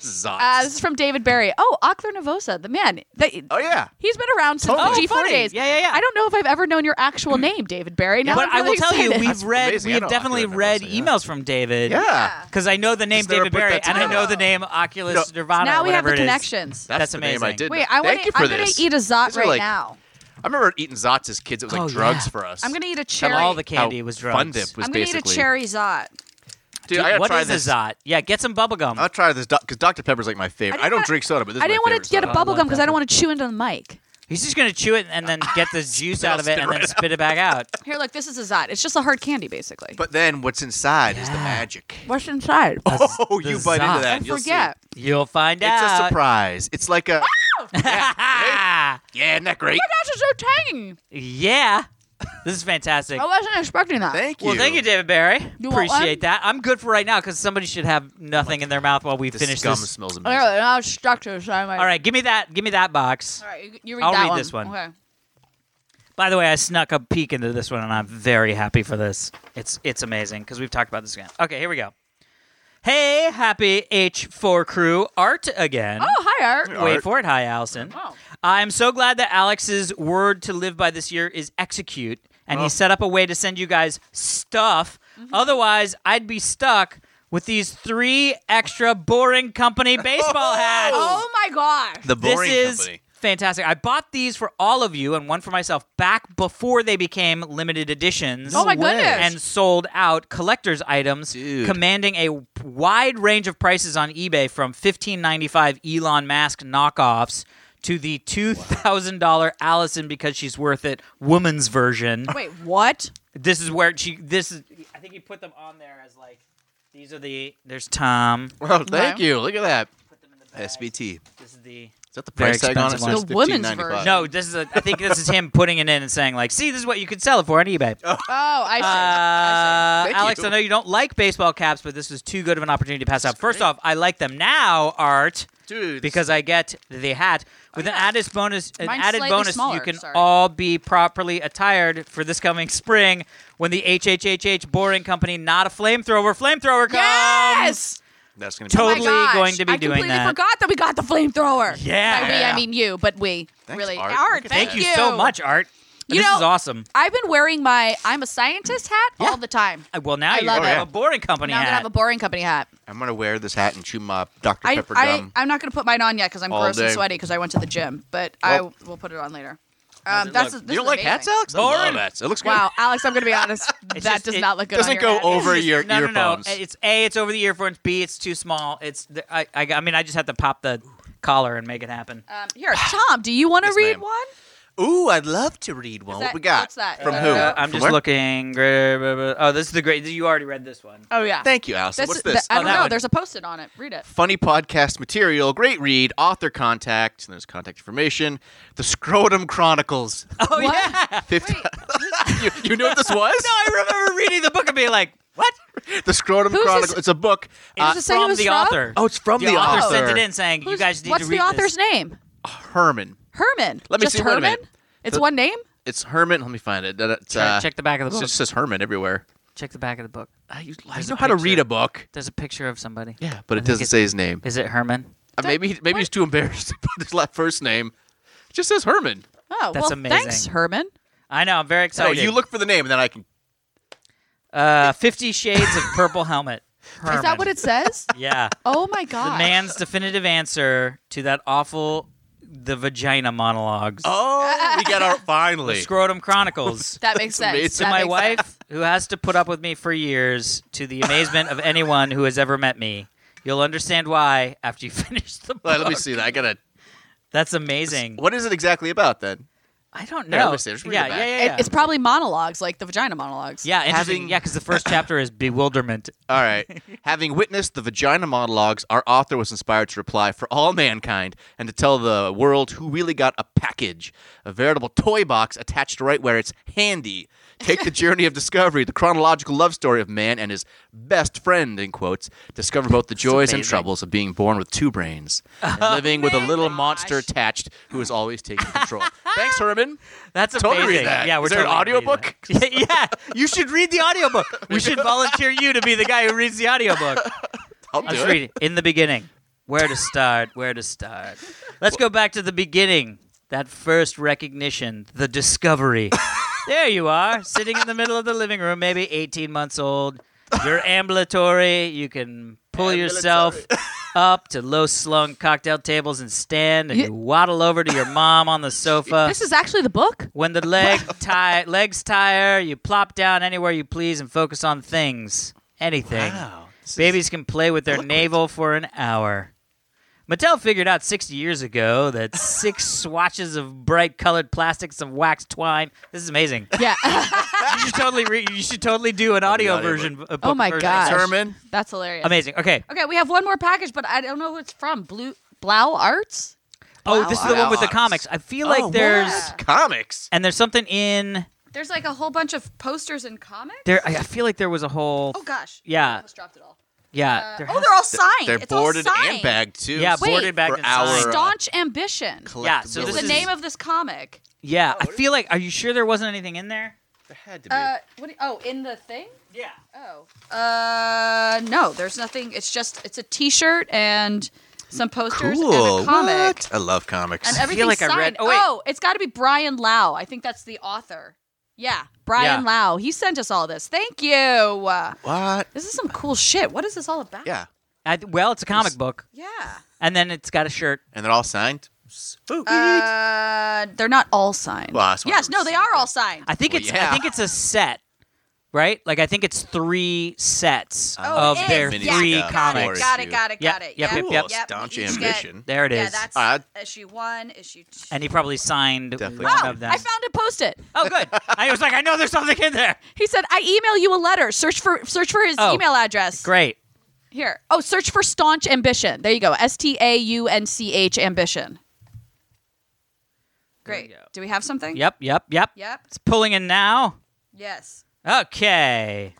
Speaker 1: Zots.
Speaker 4: Uh, this is from David Barry. Oh, Akler Navosa, the man. The-
Speaker 1: oh yeah.
Speaker 4: He's been around since
Speaker 1: Totally.
Speaker 4: the G4
Speaker 3: Oh, funny.
Speaker 4: days.
Speaker 3: Yeah, yeah, yeah.
Speaker 4: I don't know if I've ever known your actual name, David Barry. Now
Speaker 3: But
Speaker 4: I'm
Speaker 3: I
Speaker 4: really
Speaker 3: will tell you,
Speaker 4: excited.
Speaker 3: we've read,
Speaker 1: amazing.
Speaker 3: we
Speaker 1: I
Speaker 3: have
Speaker 1: know
Speaker 3: definitely
Speaker 1: Oculus,
Speaker 3: read
Speaker 1: yeah.
Speaker 3: emails from David.
Speaker 1: Yeah.
Speaker 3: Because I know the name
Speaker 1: Just never
Speaker 3: David
Speaker 1: put
Speaker 3: Barry,
Speaker 1: that
Speaker 3: and I know
Speaker 1: down.
Speaker 3: the name Oculus
Speaker 1: No.
Speaker 3: Nirvana.
Speaker 4: now we have
Speaker 3: whatever
Speaker 4: the
Speaker 3: it is.
Speaker 4: connections.
Speaker 1: That's,
Speaker 3: That's
Speaker 1: the name I
Speaker 3: amazing.
Speaker 1: did.
Speaker 4: Wait,
Speaker 1: know.
Speaker 4: I want
Speaker 1: Thank you
Speaker 4: to.
Speaker 1: for
Speaker 4: I'm gonna
Speaker 1: this.
Speaker 4: eat a zot
Speaker 1: These are
Speaker 4: right
Speaker 1: like-
Speaker 4: now.
Speaker 1: I remember eating Zots as kids. It was like
Speaker 3: Oh,
Speaker 1: drugs
Speaker 3: yeah.
Speaker 1: for us.
Speaker 4: I'm gonna eat a cherry.
Speaker 3: And all the
Speaker 1: How
Speaker 3: candy was drugs.
Speaker 1: Fun dip was
Speaker 4: I'm gonna eat
Speaker 1: basically.
Speaker 4: a cherry zot.
Speaker 1: Dude, I gotta
Speaker 3: What
Speaker 1: try
Speaker 3: is
Speaker 1: this. Uh,
Speaker 3: a zot? Yeah, get some bubble gum.
Speaker 1: I'll try this because Dr Pepper's like my favorite.
Speaker 4: I
Speaker 1: I, don't
Speaker 4: didn't
Speaker 1: drink soda, but this
Speaker 4: I
Speaker 1: is my
Speaker 4: didn't want
Speaker 1: favorite
Speaker 4: to get a
Speaker 1: soda.
Speaker 4: bubble
Speaker 3: I
Speaker 4: gum
Speaker 3: love
Speaker 4: because I
Speaker 3: that. [laughs]
Speaker 4: don't want to chew into the mic.
Speaker 3: He's just gonna chew it and then get
Speaker 1: [laughs]
Speaker 3: the juice out of it
Speaker 1: spit
Speaker 3: and then
Speaker 1: right
Speaker 3: spit it back out.
Speaker 4: Here, look, this is a zot. It's just a hard candy, basically.
Speaker 1: But then what's inside is the magic.
Speaker 4: What's inside?
Speaker 1: [laughs] Oh,
Speaker 3: the
Speaker 1: you bite
Speaker 3: Zot.
Speaker 1: into that.
Speaker 4: I
Speaker 1: and you'll see.
Speaker 4: forget.
Speaker 3: You'll find
Speaker 1: It's a
Speaker 3: out.
Speaker 1: surprise. It's like
Speaker 4: [laughs]
Speaker 1: a yeah,
Speaker 3: Ah,
Speaker 1: yeah, isn't that great?
Speaker 4: Gosh, it's so tangy.
Speaker 3: yeah. This is fantastic.
Speaker 4: I wasn't expecting that.
Speaker 1: Thank you.
Speaker 3: Well, thank you, David Barry.
Speaker 4: Oh, You want
Speaker 3: Appreciate
Speaker 4: one?
Speaker 3: that. I'm good for right now because somebody should have nothing in their mouth while we
Speaker 1: This
Speaker 3: finish
Speaker 1: scum
Speaker 3: this.
Speaker 1: smells
Speaker 4: I
Speaker 1: amazing.
Speaker 4: really, I was stuck to it, so I might.
Speaker 3: All right, give me that. Give me that box.
Speaker 4: All right, you- you read
Speaker 3: I'll
Speaker 4: that
Speaker 3: read
Speaker 4: one.
Speaker 3: this one.
Speaker 4: Okay.
Speaker 3: By the way, I snuck a peek into this one, and I'm very happy for this. It's it's amazing because we've talked about this again. Okay, here we go. Hey, happy H4 crew, Art again.
Speaker 4: Oh, hi, Art.
Speaker 1: Art.
Speaker 3: Wait for it. Hi, Allison.
Speaker 4: Wow.
Speaker 3: I'm so glad that Alex's word to live by this year is execute, and
Speaker 1: Oh.
Speaker 3: he set up a way to send you guys stuff.
Speaker 4: Mm-hmm.
Speaker 3: Otherwise, I'd be stuck with these three extra boring
Speaker 1: [laughs]
Speaker 3: company baseball hats.
Speaker 4: Oh my gosh.
Speaker 1: The boring
Speaker 3: this is
Speaker 1: company.
Speaker 3: fantastic. I bought these for all of you and one for myself back before they became limited editions.
Speaker 4: oh my
Speaker 1: way.
Speaker 4: goodness.
Speaker 3: And sold out collector's items,
Speaker 1: Dude.
Speaker 3: commanding a wide range of prices on eBay from fifteen ninety five Elon Musk knockoffs to the two thousand dollar Allison because she's worth it woman's version.
Speaker 4: Wait, what?
Speaker 3: This is where she. This is. I think he put them on there as like. These are the. There's Tom.
Speaker 1: Oh, thank
Speaker 4: Okay.
Speaker 1: you. Look at that.
Speaker 3: Put them in the bag.
Speaker 1: SVT.
Speaker 3: This is the.
Speaker 1: Is that the
Speaker 3: Very
Speaker 1: price tag on it?
Speaker 3: expensive
Speaker 1: Says
Speaker 4: one. The women's
Speaker 1: $15.95.
Speaker 4: version.
Speaker 3: No, this is. A, I think this is him putting it in and saying like, "See, this is what you could sell it for on eBay."
Speaker 4: Oh, I see. I
Speaker 3: Uh,
Speaker 1: Thank
Speaker 3: Alex,
Speaker 1: you.
Speaker 3: I know you don't like baseball caps, but this was too good of an opportunity to pass up. First off, I like them now, Art,
Speaker 1: Dude.
Speaker 3: because I get the hat with an added bonus. An
Speaker 4: Mine's
Speaker 3: added
Speaker 4: slightly
Speaker 3: bonus, you
Speaker 4: smaller,
Speaker 3: can
Speaker 4: sorry.
Speaker 3: all be properly attired for this coming spring when the HHHH Boring Company, not a flamethrower, flamethrower comes.
Speaker 4: see. Yes.
Speaker 1: That's going to be
Speaker 4: Oh my
Speaker 3: Totally
Speaker 4: gosh.
Speaker 3: going to be
Speaker 4: I
Speaker 3: doing
Speaker 4: completely
Speaker 3: that.
Speaker 4: forgot that we got the flamethrower.
Speaker 3: Yeah.
Speaker 4: By we, I mean you, but we.
Speaker 1: Thanks,
Speaker 4: really.
Speaker 1: Art. Look at
Speaker 4: thank
Speaker 1: that.
Speaker 3: Thank you so much, Art.
Speaker 4: You
Speaker 3: this
Speaker 4: know-
Speaker 3: is awesome.
Speaker 4: I've been wearing my I'm a scientist hat all the time.
Speaker 3: Uh, Well, now
Speaker 4: I
Speaker 3: you're
Speaker 4: love
Speaker 3: gonna have
Speaker 1: it.
Speaker 3: a boring company
Speaker 4: Now I'm
Speaker 3: hat.
Speaker 4: gonna have a boring company hat.
Speaker 1: I'm gonna wear this hat and chew my Dr.
Speaker 4: I,
Speaker 1: Pepper
Speaker 4: I
Speaker 1: gum.
Speaker 4: I'm not gonna put mine on yet because I'm
Speaker 1: All
Speaker 4: gross and
Speaker 1: day.
Speaker 4: sweaty because I went to the gym, but
Speaker 1: Well-
Speaker 4: I will put it on later. Um, that's
Speaker 1: Look,
Speaker 4: this
Speaker 1: you don't
Speaker 4: is
Speaker 1: like
Speaker 4: amazing.
Speaker 1: hats, Alex? I love
Speaker 3: Boring.
Speaker 1: hats. It looks good.
Speaker 4: Wow, Alex, I'm gonna
Speaker 1: [laughs]
Speaker 4: be honest. that
Speaker 3: It's just-
Speaker 4: does
Speaker 3: it
Speaker 4: not look good.
Speaker 1: doesn't
Speaker 4: on
Speaker 1: go
Speaker 4: your head.
Speaker 3: [laughs]
Speaker 1: over your
Speaker 3: no,
Speaker 1: earphones.
Speaker 3: No, no, It's a. It's over the earphones. B. It's too small. It's. the- I, I. I mean, I just have to pop the collar and make it happen.
Speaker 4: Um, here, Tom, do you want to
Speaker 1: Yes,
Speaker 4: read
Speaker 1: ma'am.
Speaker 4: one?
Speaker 1: Ooh, I'd love to read one.
Speaker 4: that-
Speaker 1: what we got?
Speaker 4: what's that?
Speaker 1: From
Speaker 4: Uh,
Speaker 1: who?
Speaker 3: Uh, I'm
Speaker 1: From
Speaker 3: just
Speaker 1: where?
Speaker 3: looking. Oh, this is the great. You already read this one.
Speaker 4: Oh yeah.
Speaker 1: Thank you, Allison. What's
Speaker 4: That's-
Speaker 1: this?
Speaker 4: I
Speaker 3: Oh,
Speaker 4: don't
Speaker 3: that
Speaker 4: know.
Speaker 3: one.
Speaker 4: There's a post-it on it. Read it.
Speaker 1: Funny podcast material, great read, author contact, and there's contact information. The Scrotum Chronicles.
Speaker 3: Oh
Speaker 4: What?
Speaker 3: yeah.
Speaker 1: Fifty- [laughs] you, you knew what this was?
Speaker 3: No, I remember reading the book and being like, "What?"
Speaker 1: the Scrotum
Speaker 4: Who's this-
Speaker 1: Chronicles. It's a book.
Speaker 4: Does
Speaker 1: Uh,
Speaker 4: it say who
Speaker 3: from
Speaker 4: it's
Speaker 3: the
Speaker 4: from?
Speaker 3: author.
Speaker 1: oh, it's from
Speaker 3: the,
Speaker 1: the
Speaker 3: author,
Speaker 1: author.
Speaker 3: sent it in saying, [laughs] "You
Speaker 4: Who's-
Speaker 3: guys need
Speaker 4: What's
Speaker 3: to read
Speaker 4: the author's
Speaker 3: this."
Speaker 4: name?
Speaker 1: Herman.
Speaker 4: Herman.
Speaker 1: Let me
Speaker 4: Just
Speaker 1: see. Wait a
Speaker 4: Herman.
Speaker 1: minute.
Speaker 4: It's
Speaker 1: The-
Speaker 4: one name.
Speaker 1: It's Herman. Let me find it. It's, uh,
Speaker 3: Check, check the back of the
Speaker 1: It
Speaker 3: book.
Speaker 1: just says Herman everywhere.
Speaker 3: check the back of the book.
Speaker 1: I, you, I
Speaker 3: There's
Speaker 1: know
Speaker 3: a
Speaker 1: how to
Speaker 3: picture.
Speaker 1: read a book.
Speaker 3: There's a picture of somebody.
Speaker 1: Yeah, but
Speaker 3: I
Speaker 1: it
Speaker 3: think
Speaker 1: doesn't
Speaker 3: it's-
Speaker 1: say his name.
Speaker 3: Is it Herman?
Speaker 1: Uh, maybe he- maybe he's too embarrassed [laughs] to put his la- first name. It just says Herman.
Speaker 4: Oh,
Speaker 3: That's
Speaker 4: well,
Speaker 3: amazing.
Speaker 4: thanks, Herman.
Speaker 3: I know. I'm very
Speaker 1: So
Speaker 3: excited.
Speaker 1: you look for the name, and then I can.
Speaker 3: Uh, Fifty Shades of Purple Helmet.
Speaker 4: Is that what it
Speaker 3: [laughs]
Speaker 4: says?
Speaker 3: Yeah.
Speaker 4: oh my god.
Speaker 3: the man's definitive answer to that awful the vagina monologues
Speaker 1: Oh, we get our [laughs]
Speaker 3: the
Speaker 1: finally.
Speaker 3: scrotum
Speaker 1: [laughs]
Speaker 3: chronicles
Speaker 4: That makes sense.
Speaker 1: amazing.
Speaker 3: to
Speaker 4: That
Speaker 3: my
Speaker 4: makes
Speaker 3: wife
Speaker 4: sense.
Speaker 3: who has to put up with me for years to the amazement of anyone who has ever met me you'll understand why after you [laughs] finish the book
Speaker 1: Well, let me see that. I gotta.
Speaker 3: that's amazing
Speaker 1: What is it exactly about then?
Speaker 3: i don't
Speaker 1: Here, let
Speaker 3: know
Speaker 1: me see. Just read
Speaker 3: yeah,
Speaker 1: it
Speaker 3: yeah
Speaker 1: back.
Speaker 3: yeah
Speaker 4: It-
Speaker 3: yeah
Speaker 4: It's probably monologues, like the vagina monologues.
Speaker 3: yeah interesting
Speaker 1: having-
Speaker 3: yeah because the first chapter is bewilderment
Speaker 1: All
Speaker 3: [laughs]
Speaker 1: right. Having witnessed the vagina monologues, our author was inspired to reply for all mankind and to tell the world who really got a package, a veritable toy box attached right where it's handy. Take the journey of discovery, the chronological love story of man and his best friend, in quotes. Discover both the joys and
Speaker 3: amazing. Oh
Speaker 1: troubles of being born with two
Speaker 3: [laughs]
Speaker 1: brains and living with a little monster attached who is always taking
Speaker 3: [laughs]
Speaker 1: control. Thanks, Herman.
Speaker 3: That's
Speaker 1: Totally
Speaker 3: amazing.
Speaker 1: read that.
Speaker 3: Yeah, we're
Speaker 1: Is there an
Speaker 3: totally gonna
Speaker 1: audiobook?
Speaker 3: do that. [laughs] yeah, you should read the audiobook. We
Speaker 1: [laughs]
Speaker 3: should volunteer you to be the guy who reads the audiobook.
Speaker 1: I'll
Speaker 3: I'll
Speaker 1: do
Speaker 3: just
Speaker 1: it.
Speaker 3: read it. In the beginning. Where to start, where to start. Let's go back to the beginning. That first recognition, the
Speaker 1: [laughs]
Speaker 3: discovery. there you are, sitting in the middle of the living room, maybe 18 months old. You're ambulatory. You can
Speaker 1: [laughs]
Speaker 3: pull yourself up to low slung cocktail tables and stand, and you waddle over to your mom on the sofa.
Speaker 4: This is actually the book.
Speaker 3: When
Speaker 1: [laughs]
Speaker 3: the leg ti- legs tire, you plop down anywhere you please and focus on things. Anything.
Speaker 1: Wow. This is-
Speaker 3: Babies can play with their navel for an hour. Mattel figured out 60 years ago that six swatches of bright colored plastics and wax twine. This is amazing.
Speaker 4: Yeah. [laughs]
Speaker 3: You should totally re- you should totally do an audio
Speaker 1: audio
Speaker 3: version. a
Speaker 4: Oh
Speaker 3: book
Speaker 4: my
Speaker 3: version.
Speaker 4: gosh.
Speaker 1: Herman.
Speaker 4: That's hilarious.
Speaker 3: Amazing. Okay.
Speaker 4: Okay, we have one more package, but I don't know who it's from. Blue Blau Arts.
Speaker 3: Oh, this is the one with the
Speaker 1: Wow.
Speaker 3: comics. I feel like
Speaker 1: Oh,
Speaker 3: there's
Speaker 1: Comics.
Speaker 3: and there's something in
Speaker 4: There's like a whole bunch of posters and comics.
Speaker 3: There, I I feel like there was a whole.
Speaker 4: oh gosh.
Speaker 3: Yeah.
Speaker 4: I almost dropped it all.
Speaker 3: yeah.
Speaker 4: Uh,
Speaker 3: there
Speaker 4: oh,
Speaker 3: has-
Speaker 4: they're all signed.
Speaker 1: They're
Speaker 4: it's
Speaker 1: boarded
Speaker 4: all signed.
Speaker 1: and bagged too.
Speaker 3: Yeah,
Speaker 1: so
Speaker 5: Wait,
Speaker 3: boarded back
Speaker 1: for
Speaker 3: and
Speaker 1: our-
Speaker 3: signed.
Speaker 4: Staunch ambition.
Speaker 3: Yeah, so
Speaker 1: collectibility.
Speaker 3: this
Speaker 4: It's the
Speaker 3: is-
Speaker 4: name of this comic.
Speaker 3: Yeah, I feel like. Are you sure there wasn't anything in there?
Speaker 1: There had to be.
Speaker 4: Uh, what? do- oh, in the thing.
Speaker 3: Yeah.
Speaker 4: Oh. Uh, no. There's nothing. It's just it's a T-shirt and some posters and a comic.
Speaker 1: What? I love comics.
Speaker 4: And
Speaker 3: I
Speaker 4: everything's
Speaker 3: feel like I
Speaker 4: signed.
Speaker 3: read- oh,
Speaker 4: Oh,
Speaker 3: wait.
Speaker 4: it's got to be Brian Lau. I think that's the author. Yeah, Brian
Speaker 3: Yeah.
Speaker 4: Lau. He sent us all this. Thank you. Uh,
Speaker 1: what?
Speaker 4: This is some cool shit. What is this all about?
Speaker 1: Yeah.
Speaker 3: I, well, it's a comic book,
Speaker 4: Yeah.
Speaker 3: and then it's got a shirt.
Speaker 1: And they're all signed.
Speaker 4: Uh, they're not all signed.
Speaker 1: Well, that's what
Speaker 4: yes,
Speaker 1: I
Speaker 4: no,
Speaker 1: was
Speaker 4: they are all signed.
Speaker 3: I think
Speaker 1: Well,
Speaker 3: it's.
Speaker 1: yeah.
Speaker 3: I think it's a set. Right, like I think it's three sets
Speaker 4: Oh,
Speaker 3: of
Speaker 4: it
Speaker 3: their
Speaker 4: is.
Speaker 1: Mini
Speaker 4: Yeah,
Speaker 3: three
Speaker 1: stuff.
Speaker 3: comics.
Speaker 4: Got it. Got it. Got
Speaker 3: Yep,
Speaker 4: it.
Speaker 3: yep,
Speaker 4: Got it.
Speaker 1: Cool.
Speaker 3: yep,
Speaker 4: yep.
Speaker 1: Staunch
Speaker 4: You should get-
Speaker 1: ambition.
Speaker 3: There it is.
Speaker 4: Yeah, that's
Speaker 1: I-
Speaker 4: issue one, issue two.
Speaker 3: and he probably signed
Speaker 1: Definitely.
Speaker 3: one
Speaker 4: oh,
Speaker 3: of them.
Speaker 4: I found a post-it. [laughs]
Speaker 3: oh, good. I was like, I know there's something in there.
Speaker 4: He said, "I email you a letter. Search for search for his
Speaker 3: Oh.
Speaker 4: email address.
Speaker 3: Great.
Speaker 4: Here. Oh, search for staunch ambition. There you go. S T A U N C H ambition.
Speaker 3: There
Speaker 4: Great.
Speaker 3: you go.
Speaker 4: Do we have something?
Speaker 3: Yep, yep, yep.
Speaker 4: Yep.
Speaker 3: It's pulling in now.
Speaker 4: Yes.
Speaker 3: Okay.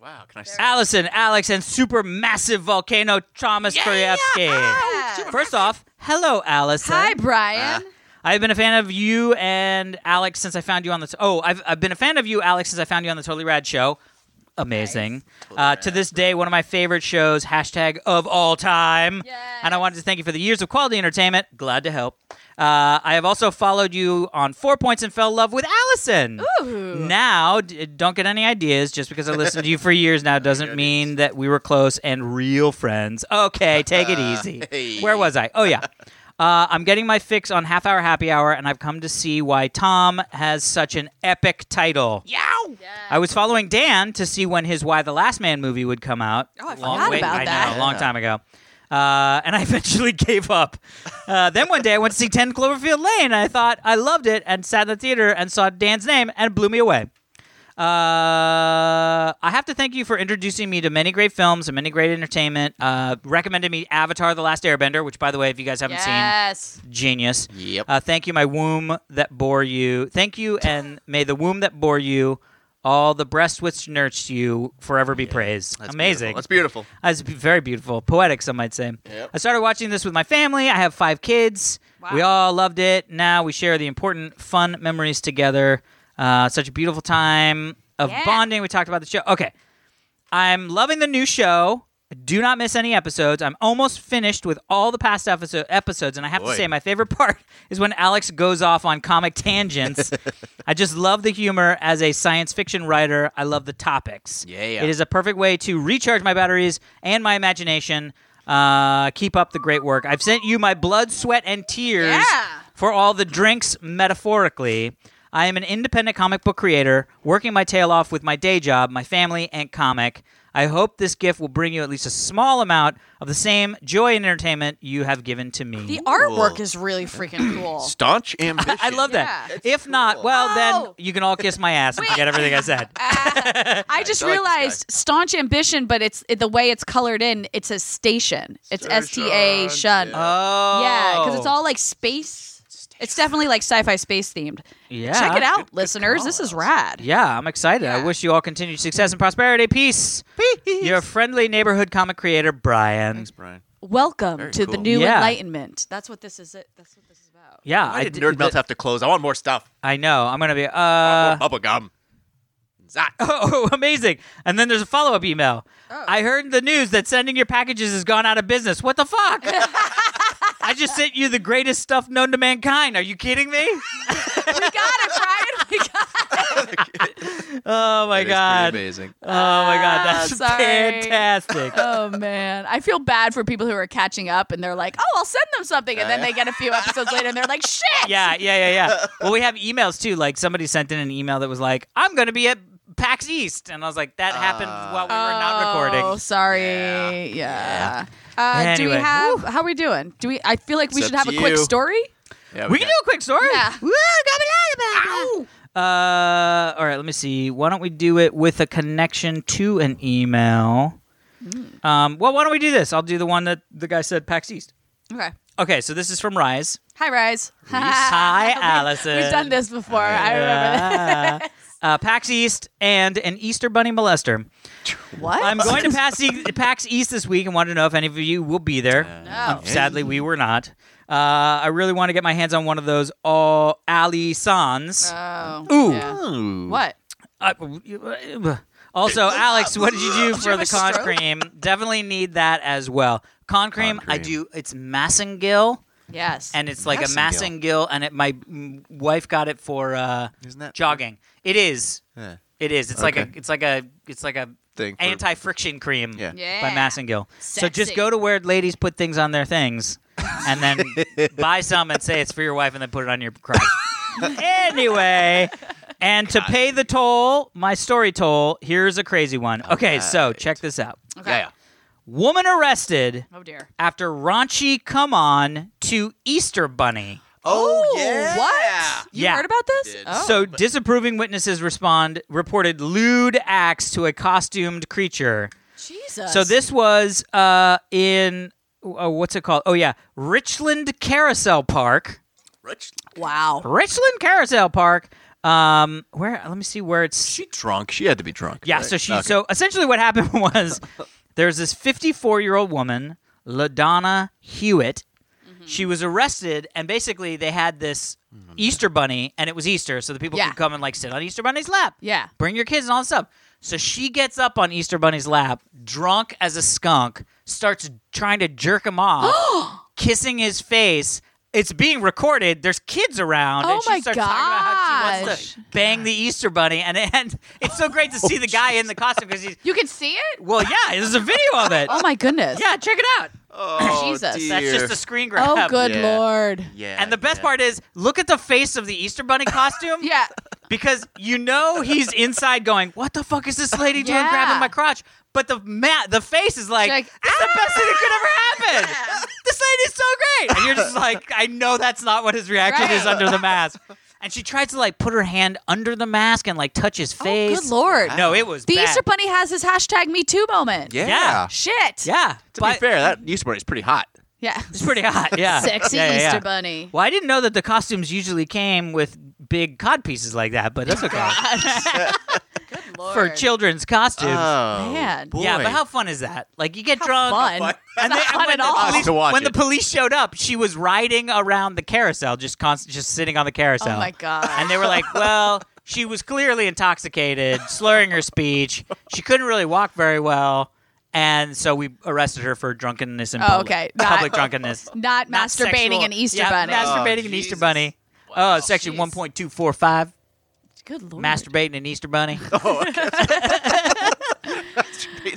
Speaker 1: Wow. Can I? s-
Speaker 3: Allison, Alex, and supermassive volcano Thomas Krajewski.
Speaker 4: Yeah.
Speaker 3: First off, hello, Allison.
Speaker 4: Hi, Brian.
Speaker 1: Ah.
Speaker 3: I've been a fan of you and Alex since I found you on the. T- oh, I've, I've been a fan of you, Alex, since I found you on the Totally Rad show. Amazing. Uh, to this day, one of my favorite shows, hashtag of all time. And I wanted to thank you for the years of quality entertainment. Glad to help. Uh, I have also followed you on Four Points and fell in love with Allison. Ooh. Now, d- don't get any ideas. Just because I listened to you for years now doesn't mean that we were close and real friends. Okay, take it easy.
Speaker 1: Hey.
Speaker 3: Where was I? Oh, yeah. Uh, I'm getting my fix on Half Hour Happy Hour, and I've come to see why Tom has such an epic title. Yow! I was following Dan to see when his Why the Last Man movie would come out.
Speaker 4: Oh, I forgot about
Speaker 3: I
Speaker 4: that.
Speaker 3: know, a long time ago. Uh, and I [laughs] eventually gave up. Uh, then one day I went to see 10 Cloverfield Lane, and I thought I loved it, and sat in the theater and saw Dan's name, and it blew me away. Uh, I have to thank you for introducing me to many great films and many great entertainment. Uh, recommended me Avatar: The Last Airbender, which, by the way, if you guys haven't
Speaker 4: Yes.
Speaker 3: seen, genius.
Speaker 1: Yep.
Speaker 3: Uh, thank you, my womb that bore you. Thank
Speaker 1: [laughs]
Speaker 3: you, and may the womb that bore you, all the breast which nursed you, forever be praised.
Speaker 1: That's
Speaker 3: Amazing.
Speaker 1: Beautiful. That's beautiful.
Speaker 3: That's b- Uh, very beautiful. Poetic, some might say.
Speaker 1: Yep.
Speaker 3: I started watching this with my family. I have five kids. We all loved it. Now we share the important, fun memories together. Uh, such a beautiful time of
Speaker 4: Yeah.
Speaker 3: bonding. We talked about the show. Okay. I'm loving the new show. Do not miss any episodes. I'm almost finished with all the past episode- episodes, and I have to
Speaker 1: Boy.
Speaker 3: say, my favorite part [laughs] is when Alex goes off on
Speaker 1: [laughs]
Speaker 3: comic tangents. I just love the humor as a science fiction writer. I love the topics.
Speaker 1: Yeah, yeah.
Speaker 3: It is a perfect way to recharge my batteries and my imagination. Uh, keep up the great work. I've sent you my blood, sweat, and tears
Speaker 4: Yeah.
Speaker 3: for all the drinks, metaphorically. I am an independent comic book creator, working my tail off with my day job, my family, and comic. I hope this gift will bring you at least a small amount of the same joy and entertainment you have given to me.
Speaker 4: The artwork is really freaking cool.
Speaker 1: Staunch ambition.
Speaker 3: [laughs] I love that.
Speaker 1: Yeah. That's
Speaker 3: if not,
Speaker 1: cool.
Speaker 3: well,
Speaker 4: Oh.
Speaker 3: then you can all kiss my ass and forget everything I said.
Speaker 4: I just
Speaker 1: I like this guy.
Speaker 4: realized staunch ambition, but it's it, the way it's colored in. It says station. It's S T A shun.
Speaker 1: Station,
Speaker 4: [laughs] Yeah,
Speaker 3: Oh.
Speaker 4: because it's all like space. It's definitely like sci-fi space themed.
Speaker 3: Yeah.
Speaker 4: Check it out, listeners. This is rad.
Speaker 3: Yeah, I'm excited. I wish you all continued success and prosperity. Peace. Peace. Your friendly neighborhood comic creator, Brian.
Speaker 1: Thanks, Brian.
Speaker 4: Welcome
Speaker 1: Very
Speaker 4: to the
Speaker 1: cool.
Speaker 4: new
Speaker 3: Yeah.
Speaker 4: enlightenment. That's what this is. It. That's what this is about.
Speaker 3: Yeah,
Speaker 1: Why did
Speaker 3: d-
Speaker 1: Nerd
Speaker 3: the-
Speaker 1: Melt have to close? I want more stuff.
Speaker 3: I know. I'm gonna be.
Speaker 1: I
Speaker 3: Uh,
Speaker 1: want more bubblegum. Zot.
Speaker 3: [laughs] oh, amazing! And then there's a follow up email.
Speaker 1: Oh.
Speaker 3: I heard in the news that sending your packages has gone out of business. What
Speaker 1: [laughs]
Speaker 3: the fuck? I just sent you the greatest stuff known to mankind. Are you
Speaker 1: [laughs]
Speaker 3: kidding me?
Speaker 4: We got it, Brian. We got
Speaker 3: Oh my
Speaker 1: That is pretty
Speaker 3: god! Oh
Speaker 1: amazing. Ah,
Speaker 3: my god! That's
Speaker 4: sorry.
Speaker 3: fantastic.
Speaker 1: [laughs]
Speaker 4: Oh man, I feel bad for people who are catching up and they're like, "Oh, I'll send them something," and then they get a few episodes later and they're like, "Shit."
Speaker 3: Yeah, yeah, yeah, yeah. Well, we have emails too. Like somebody sent in an email that was like, "I'm going to be at PAX East," and I was like, "That happened while we were not
Speaker 4: Oh,
Speaker 3: recording."
Speaker 4: sorry. Yeah. Uh, Do
Speaker 3: Anyway.
Speaker 4: we have? How are we doing? Do we? I feel like we
Speaker 1: It's
Speaker 4: should
Speaker 1: up
Speaker 4: have a
Speaker 1: to
Speaker 4: quick
Speaker 1: you.
Speaker 4: story.
Speaker 1: Yeah,
Speaker 3: We can do a quick story.
Speaker 4: Yeah.
Speaker 3: Woo, gabba dabba. Uh, all right, let me see. Why don't we do it with a connection to an email? Um, well, why don't we do this? I'll do the one that the guy said PAX East.
Speaker 4: Okay.
Speaker 3: Okay, so this is from Rise.
Speaker 4: Hi, Rise.
Speaker 3: Hi,
Speaker 4: [laughs]
Speaker 3: Allison.
Speaker 6: We've done this before. I remember that.
Speaker 3: Ah. Uh, PAX East and an Easter Bunny molester.
Speaker 6: What?
Speaker 3: I'm going to PAX, e- PAX East this week and wanted to know if any of you will be there.
Speaker 1: Uh,
Speaker 3: Um, Sadly, we were not. Uh, I really want to get my hands on one of those all Ali Sans.
Speaker 4: [laughs] Oh.
Speaker 3: Ooh.
Speaker 1: Ooh.
Speaker 4: What?
Speaker 3: Uh, also, Alex, what did you do for
Speaker 4: have
Speaker 3: the
Speaker 4: a
Speaker 3: con
Speaker 4: stroke?
Speaker 3: cream? Definitely need that as well. Con cream,
Speaker 1: Con
Speaker 3: I
Speaker 1: cream.
Speaker 3: do. It's Massengill,
Speaker 4: Yes.
Speaker 3: and it's like a
Speaker 1: Massengill.
Speaker 3: Massengill, and it, my mm, wife got it for uh,
Speaker 1: Isn't that
Speaker 3: jogging. It is.
Speaker 1: Yeah.
Speaker 3: It is. It's like
Speaker 1: Okay.
Speaker 3: a. It's like a. It's like a
Speaker 1: eh, Thing for-
Speaker 3: anti-friction cream.
Speaker 1: Yeah.
Speaker 4: Yeah.
Speaker 3: By Massengill. So just
Speaker 4: Sexy.
Speaker 3: go to where ladies put things on their things, and then
Speaker 1: [laughs]
Speaker 3: buy some and say it's for your wife, and then put it on your crotch. anyway, and to pay the toll, my story toll. Here's a crazy one.
Speaker 1: Oh,
Speaker 3: Okay, so check this out.
Speaker 4: okay.
Speaker 1: Yeah, yeah.
Speaker 3: Woman arrested
Speaker 4: Oh dear.
Speaker 3: after raunchy come on to Easter Bunny.
Speaker 1: Oh,
Speaker 4: Ooh,
Speaker 1: yeah.
Speaker 4: What? You
Speaker 3: Yeah.
Speaker 4: heard about this?
Speaker 1: Did.
Speaker 4: Oh.
Speaker 3: so disapproving witnesses respond reported lewd acts to a costumed creature.
Speaker 4: Jesus.
Speaker 3: So this was uh, in uh, what's it called? Oh yeah, Richland Carousel Park.
Speaker 1: Rich,
Speaker 4: Wow.
Speaker 3: Richland Carousel Park. Um, where? Let me see where it's.
Speaker 1: she drunk. She had to be drunk.
Speaker 3: Yeah.
Speaker 1: right?
Speaker 3: So she.
Speaker 1: Okay.
Speaker 3: So essentially, what happened [laughs] was there's this 54 year old woman, Ladonna Hewitt.
Speaker 4: Mm-hmm.
Speaker 3: She was arrested, and basically they had this
Speaker 1: Mm-hmm.
Speaker 3: Easter bunny, and it was Easter, so the people
Speaker 4: Yeah.
Speaker 3: could come and like sit on Easter bunny's lap.
Speaker 4: Yeah.
Speaker 3: Bring your kids and all this stuff. So she gets up on Easter Bunny's lap, drunk as a skunk, starts trying to jerk
Speaker 4: [gasps]
Speaker 3: him off, [gasps] kissing his face. It's being recorded. There's kids around,
Speaker 6: Oh
Speaker 3: and she
Speaker 6: my
Speaker 3: starts talking about how she wants to bang the Easter Bunny, and, and it's so great to see the guy in the costume because he's
Speaker 6: You can see it?
Speaker 3: well, yeah, there's a video of it.
Speaker 4: Oh my goodness.
Speaker 3: Yeah, check it out.
Speaker 1: Oh,
Speaker 4: Jesus, that's
Speaker 3: That's
Speaker 1: dear.
Speaker 3: just a screen grab.
Speaker 6: Oh, good
Speaker 1: Yeah.
Speaker 6: lord.
Speaker 1: Yeah.
Speaker 3: And the best
Speaker 1: yeah.
Speaker 3: part is, look at the face of the Easter Bunny costume.
Speaker 4: Yeah. Oh,
Speaker 3: because you know he's inside going, "What the fuck is this lady doing
Speaker 4: Yeah.
Speaker 3: grabbing my crotch?" But the ma- the face is like,
Speaker 4: Like, "Ah!"
Speaker 3: "This is the best thing that could ever happen. This lady's so great." And
Speaker 1: [laughs]
Speaker 3: you're just like, "I know that's not what his reaction is
Speaker 4: Right.
Speaker 3: under the mask." And she tries to like put her hand under the mask and like touch his face.
Speaker 4: Oh, Good lord.
Speaker 3: No, it was
Speaker 4: The
Speaker 3: bad.
Speaker 4: Easter Bunny has his hashtag Me Too moment.
Speaker 1: Yeah.
Speaker 3: Yeah.
Speaker 4: Shit.
Speaker 3: Yeah,
Speaker 1: To
Speaker 3: but
Speaker 1: be fair, that Easter bunny is pretty hot.
Speaker 4: Yeah.
Speaker 3: it's
Speaker 4: [laughs]
Speaker 3: pretty hot. Yeah,
Speaker 4: Sexy
Speaker 3: Yeah, yeah, yeah.
Speaker 4: Easter Bunny.
Speaker 3: Well, I didn't know that the costumes usually came with big cod pieces like that, but
Speaker 4: Oh
Speaker 3: that's
Speaker 4: [laughs]
Speaker 3: okay
Speaker 4: Good lord.
Speaker 3: for children's costumes.
Speaker 1: Oh,
Speaker 4: man.
Speaker 1: Boy.
Speaker 3: Yeah, but
Speaker 1: [laughs]
Speaker 3: how fun is that? Like you get drunk,
Speaker 4: fun.
Speaker 1: What?
Speaker 4: [laughs]
Speaker 3: and, they, and when, the
Speaker 1: all.
Speaker 3: police,
Speaker 1: To watch
Speaker 3: when the
Speaker 1: it.
Speaker 3: police showed up, she was riding around the carousel, just constant, just sitting on the carousel.
Speaker 4: Oh my god.
Speaker 3: And they
Speaker 4: [laughs]
Speaker 3: were like, "Well, she was clearly intoxicated, slurring her speech. She couldn't really walk very well." And so we arrested her for drunkenness in
Speaker 4: Oh,
Speaker 3: public,
Speaker 4: okay. Not-
Speaker 3: public drunkenness,
Speaker 4: not
Speaker 3: Not
Speaker 4: [laughs] masturbating
Speaker 3: sexual-
Speaker 4: an Easter
Speaker 3: yeah,
Speaker 4: bunny.
Speaker 3: masturbating
Speaker 1: Oh,
Speaker 3: an Easter
Speaker 1: Jesus.
Speaker 3: bunny. oh, section
Speaker 4: Jeez.
Speaker 3: one point two four five,
Speaker 4: Good lord.
Speaker 3: masturbating an
Speaker 1: [laughs]
Speaker 3: Easter bunny.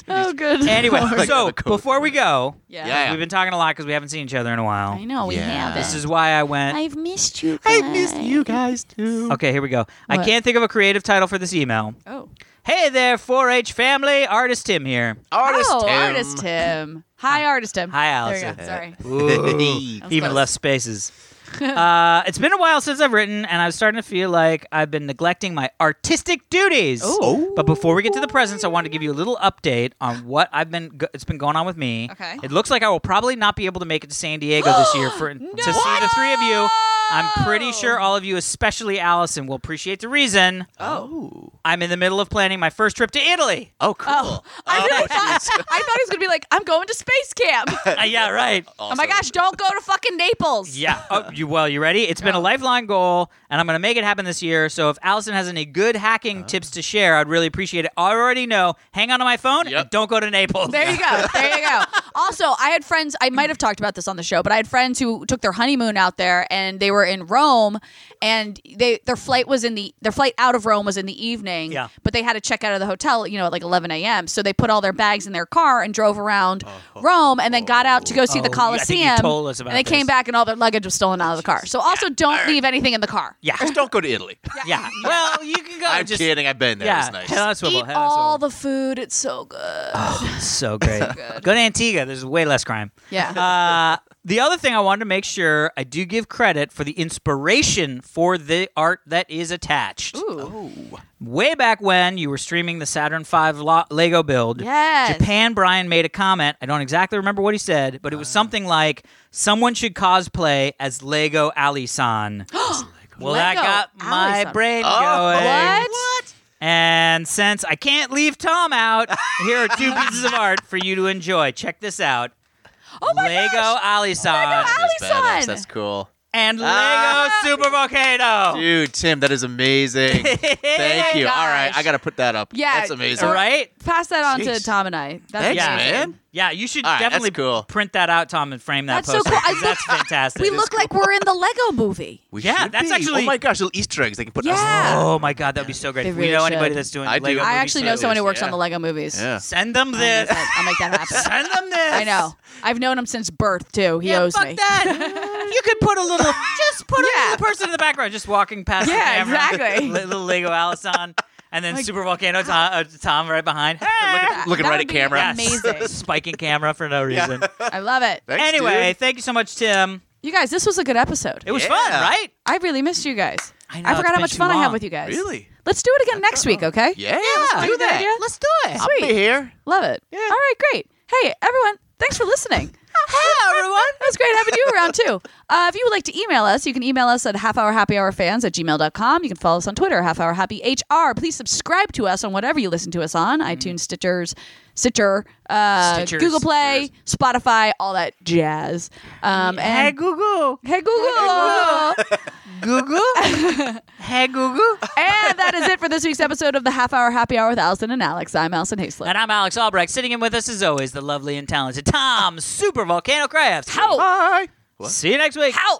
Speaker 4: Oh, good.
Speaker 3: anyway,
Speaker 1: Like
Speaker 3: so
Speaker 1: the code.
Speaker 3: before we go,
Speaker 4: Yeah.
Speaker 1: Yeah.
Speaker 3: we've been talking a lot because we haven't seen each other in a while.
Speaker 4: I know we
Speaker 1: Yeah.
Speaker 4: have
Speaker 3: This is why I went.
Speaker 4: I've missed you.
Speaker 1: you guys too.
Speaker 3: Okay, here we go. I
Speaker 4: What?
Speaker 3: can't think of a creative title for this email.
Speaker 4: Oh.
Speaker 3: Hey there, 4 H family. Artist Tim here.
Speaker 1: Artist
Speaker 4: oh,
Speaker 1: Tim.
Speaker 4: Artist Tim. Hi, Artist Tim.
Speaker 3: Hi,
Speaker 4: There you go.
Speaker 3: Allison.
Speaker 4: Sorry.
Speaker 1: Ooh.
Speaker 3: He even
Speaker 4: close. [laughs]
Speaker 3: left spaces. uh, it's been a while since I've written, and I'm starting to feel like I've been neglecting my artistic duties.
Speaker 4: Ooh. Ah.
Speaker 3: But before we get to the presents, I want to give you a little update on what I've been. Go- it's been going on with me.
Speaker 4: Okay.
Speaker 3: It looks like I will probably not be able to make it to San Diego this year
Speaker 4: [gasps]
Speaker 3: for to see the three of you. I'm pretty sure all of you, especially Allison, will appreciate the reason.
Speaker 4: Uh.
Speaker 1: Oh.
Speaker 3: I'm in the middle of planning my first trip
Speaker 4: [laughs]
Speaker 3: to Italy.
Speaker 1: Oh, cool.
Speaker 4: I really thought [laughs] I thought he was gonna be like, I'm going to space [laughs] camp.
Speaker 3: Uh, yeah, right.
Speaker 4: Oh my gosh, don't go to fucking Naples.
Speaker 3: [laughs] Yeah. Oh, you, well, you ready? It's been a lifelong goal, and I'm going to make it happen this year. So if Allison has any good hacking tips to share, I'd really appreciate it. I already know. Hang on to my phone
Speaker 1: Yep.
Speaker 3: and don't go to [laughs] Naples.
Speaker 4: There you go. There you go. Also, I had friends, I might have talked about this on the show, but I had friends who took their honeymoon out there and they were in Rome and they their flight was in the their flight out of Rome was in the evening.
Speaker 3: Yeah.
Speaker 4: But they had to check out of the hotel, you know, at like eleven AM. So they put all their bags in their car and drove around Rome and then got out to go see the
Speaker 3: Uh-huh. Oh, I think you
Speaker 4: Colosseum.
Speaker 3: told us about
Speaker 4: and they came
Speaker 3: this.
Speaker 4: back and all their luggage was stolen out of the car. So also don't leave anything in the car.
Speaker 3: Yeah.
Speaker 1: [laughs] Just don't go to Italy.
Speaker 3: Yeah. [laughs] Well, you can go.
Speaker 1: I'm
Speaker 3: just,
Speaker 1: kidding. I've been there.
Speaker 3: Yeah.
Speaker 1: It's nice.
Speaker 3: Head on a swivel.
Speaker 4: Eat
Speaker 3: head on a
Speaker 4: all
Speaker 3: swivel.
Speaker 4: the food. It's so good. [laughs]
Speaker 3: [laughs] so great. go to Antigua. There's way less crime.
Speaker 4: Yeah.
Speaker 3: Uh, The other thing I wanted to make sure I do give credit for the inspiration for the art that is attached.
Speaker 4: Ooh.
Speaker 3: Way back when you were streaming the Saturn V lo- Lego build,
Speaker 4: Yes.
Speaker 3: Japan Brian made a comment. I don't exactly remember what he said, but it
Speaker 4: Uh.
Speaker 3: was something like someone should cosplay as Lego Ali san. well,
Speaker 4: [gasps]
Speaker 3: that
Speaker 4: Lego
Speaker 3: got my
Speaker 4: Ali-san.
Speaker 3: brain going.
Speaker 4: What?
Speaker 3: And since I can't leave Tom out, here are two pieces of art for you to enjoy. Check this out.
Speaker 4: Oh my
Speaker 3: Lego
Speaker 4: gosh.
Speaker 3: Ali-san
Speaker 1: That's
Speaker 4: Ali-san!
Speaker 1: badass. That's cool.
Speaker 3: and Lego
Speaker 1: Ah.
Speaker 3: Super Volcano.
Speaker 1: Dude, Tim, that is amazing. Thank you. All right, I
Speaker 4: gosh.
Speaker 1: got to put that up.
Speaker 4: Yeah,
Speaker 1: That's amazing.
Speaker 4: or-
Speaker 3: Right?
Speaker 4: Pass that on to
Speaker 1: Jeez.
Speaker 4: Tom and I. That's
Speaker 1: Thanks,
Speaker 3: Yeah.
Speaker 4: amazing.
Speaker 1: man.
Speaker 3: Yeah, you should
Speaker 1: All right, that's
Speaker 3: definitely
Speaker 1: cool.
Speaker 3: print that out, Tom, and frame that
Speaker 4: That's so
Speaker 3: poster.
Speaker 4: cool. I look- [laughs]
Speaker 3: 'cause That's fantastic.
Speaker 4: We look like we're in the Lego
Speaker 3: [laughs]
Speaker 4: movie.
Speaker 1: We
Speaker 3: Yeah,
Speaker 1: should
Speaker 3: that's
Speaker 1: be.
Speaker 3: actually-
Speaker 1: Oh my gosh, little Easter eggs they can put.
Speaker 4: Yeah.
Speaker 3: Oh my god, that'd be so great.
Speaker 4: They
Speaker 3: If we
Speaker 4: really
Speaker 3: know anybody
Speaker 4: should.
Speaker 3: that's doing
Speaker 1: I do.
Speaker 3: Lego
Speaker 1: I
Speaker 4: I
Speaker 3: movie
Speaker 4: actually know
Speaker 1: trailers,
Speaker 4: someone who works
Speaker 1: yeah.
Speaker 4: on the Lego movies.
Speaker 1: Yeah.
Speaker 3: [laughs] Send them
Speaker 4: I'll make
Speaker 3: this.
Speaker 4: that- I'll make that
Speaker 3: [laughs]
Speaker 4: happen.
Speaker 3: Send them this.
Speaker 4: I know. I've known him since birth too. He
Speaker 3: yeah,
Speaker 4: owes
Speaker 3: fuck
Speaker 4: me. [laughs]
Speaker 3: that. you could put a little, just put
Speaker 4: Yeah.
Speaker 3: a little person in the background, just walking past
Speaker 4: Yeah,
Speaker 3: the camera.
Speaker 4: exactly.
Speaker 3: Li- little Lego Allison, and then Super Volcano Tom, uh, Tom right behind. Hey!
Speaker 1: Looking
Speaker 4: That
Speaker 1: right
Speaker 4: would
Speaker 1: at
Speaker 4: be
Speaker 1: camera.
Speaker 3: Yes.
Speaker 4: Amazing.
Speaker 3: [laughs] Spiking camera for no reason.
Speaker 4: I love it.
Speaker 1: Thanks,
Speaker 3: Anyway,
Speaker 1: dude.
Speaker 3: thank you so much, Tim.
Speaker 4: You guys, this was a good episode.
Speaker 3: It was
Speaker 1: Yeah.
Speaker 3: fun, right?
Speaker 4: I really missed you guys.
Speaker 3: I know,
Speaker 4: I
Speaker 3: it's
Speaker 4: forgot how
Speaker 3: been
Speaker 4: much
Speaker 3: too
Speaker 4: fun I have
Speaker 3: long.
Speaker 4: with you guys.
Speaker 1: Really?
Speaker 4: Let's do it again next week, okay?
Speaker 1: Yeah, let's do that.
Speaker 4: idea?
Speaker 3: Let's do it.
Speaker 1: I'll be
Speaker 4: Sweet.
Speaker 1: here.
Speaker 4: Love it. All right, great. Hey, everyone, thanks for listening.
Speaker 3: Hey, everyone.
Speaker 4: That was great having you around, too. Uh, if you would like to email us, you can email us at halfhourhappyhourfans at gmail.com. You can follow us on Twitter, halfhourhappyhr. Please subscribe to us on whatever you listen to us on iTunes, Stitchers, Stitcher, uh,
Speaker 3: Mm-hmm. Stitchers.
Speaker 4: Google Play, Spotify, all that jazz. Um,
Speaker 3: Hey,
Speaker 4: and
Speaker 3: Google.
Speaker 4: Hey, Google. [laughs]
Speaker 3: Google. hey, Google.
Speaker 4: and that is it for this week's episode of the Half Hour Happy Hour with Allison and Alex. I'm Allison Haislip.
Speaker 3: And I'm Alex Albrecht. Sitting in with us, as always, the lovely and talented Tom Super Volcano Crafts.
Speaker 4: How?
Speaker 1: Bye.
Speaker 3: See you next week.
Speaker 4: How?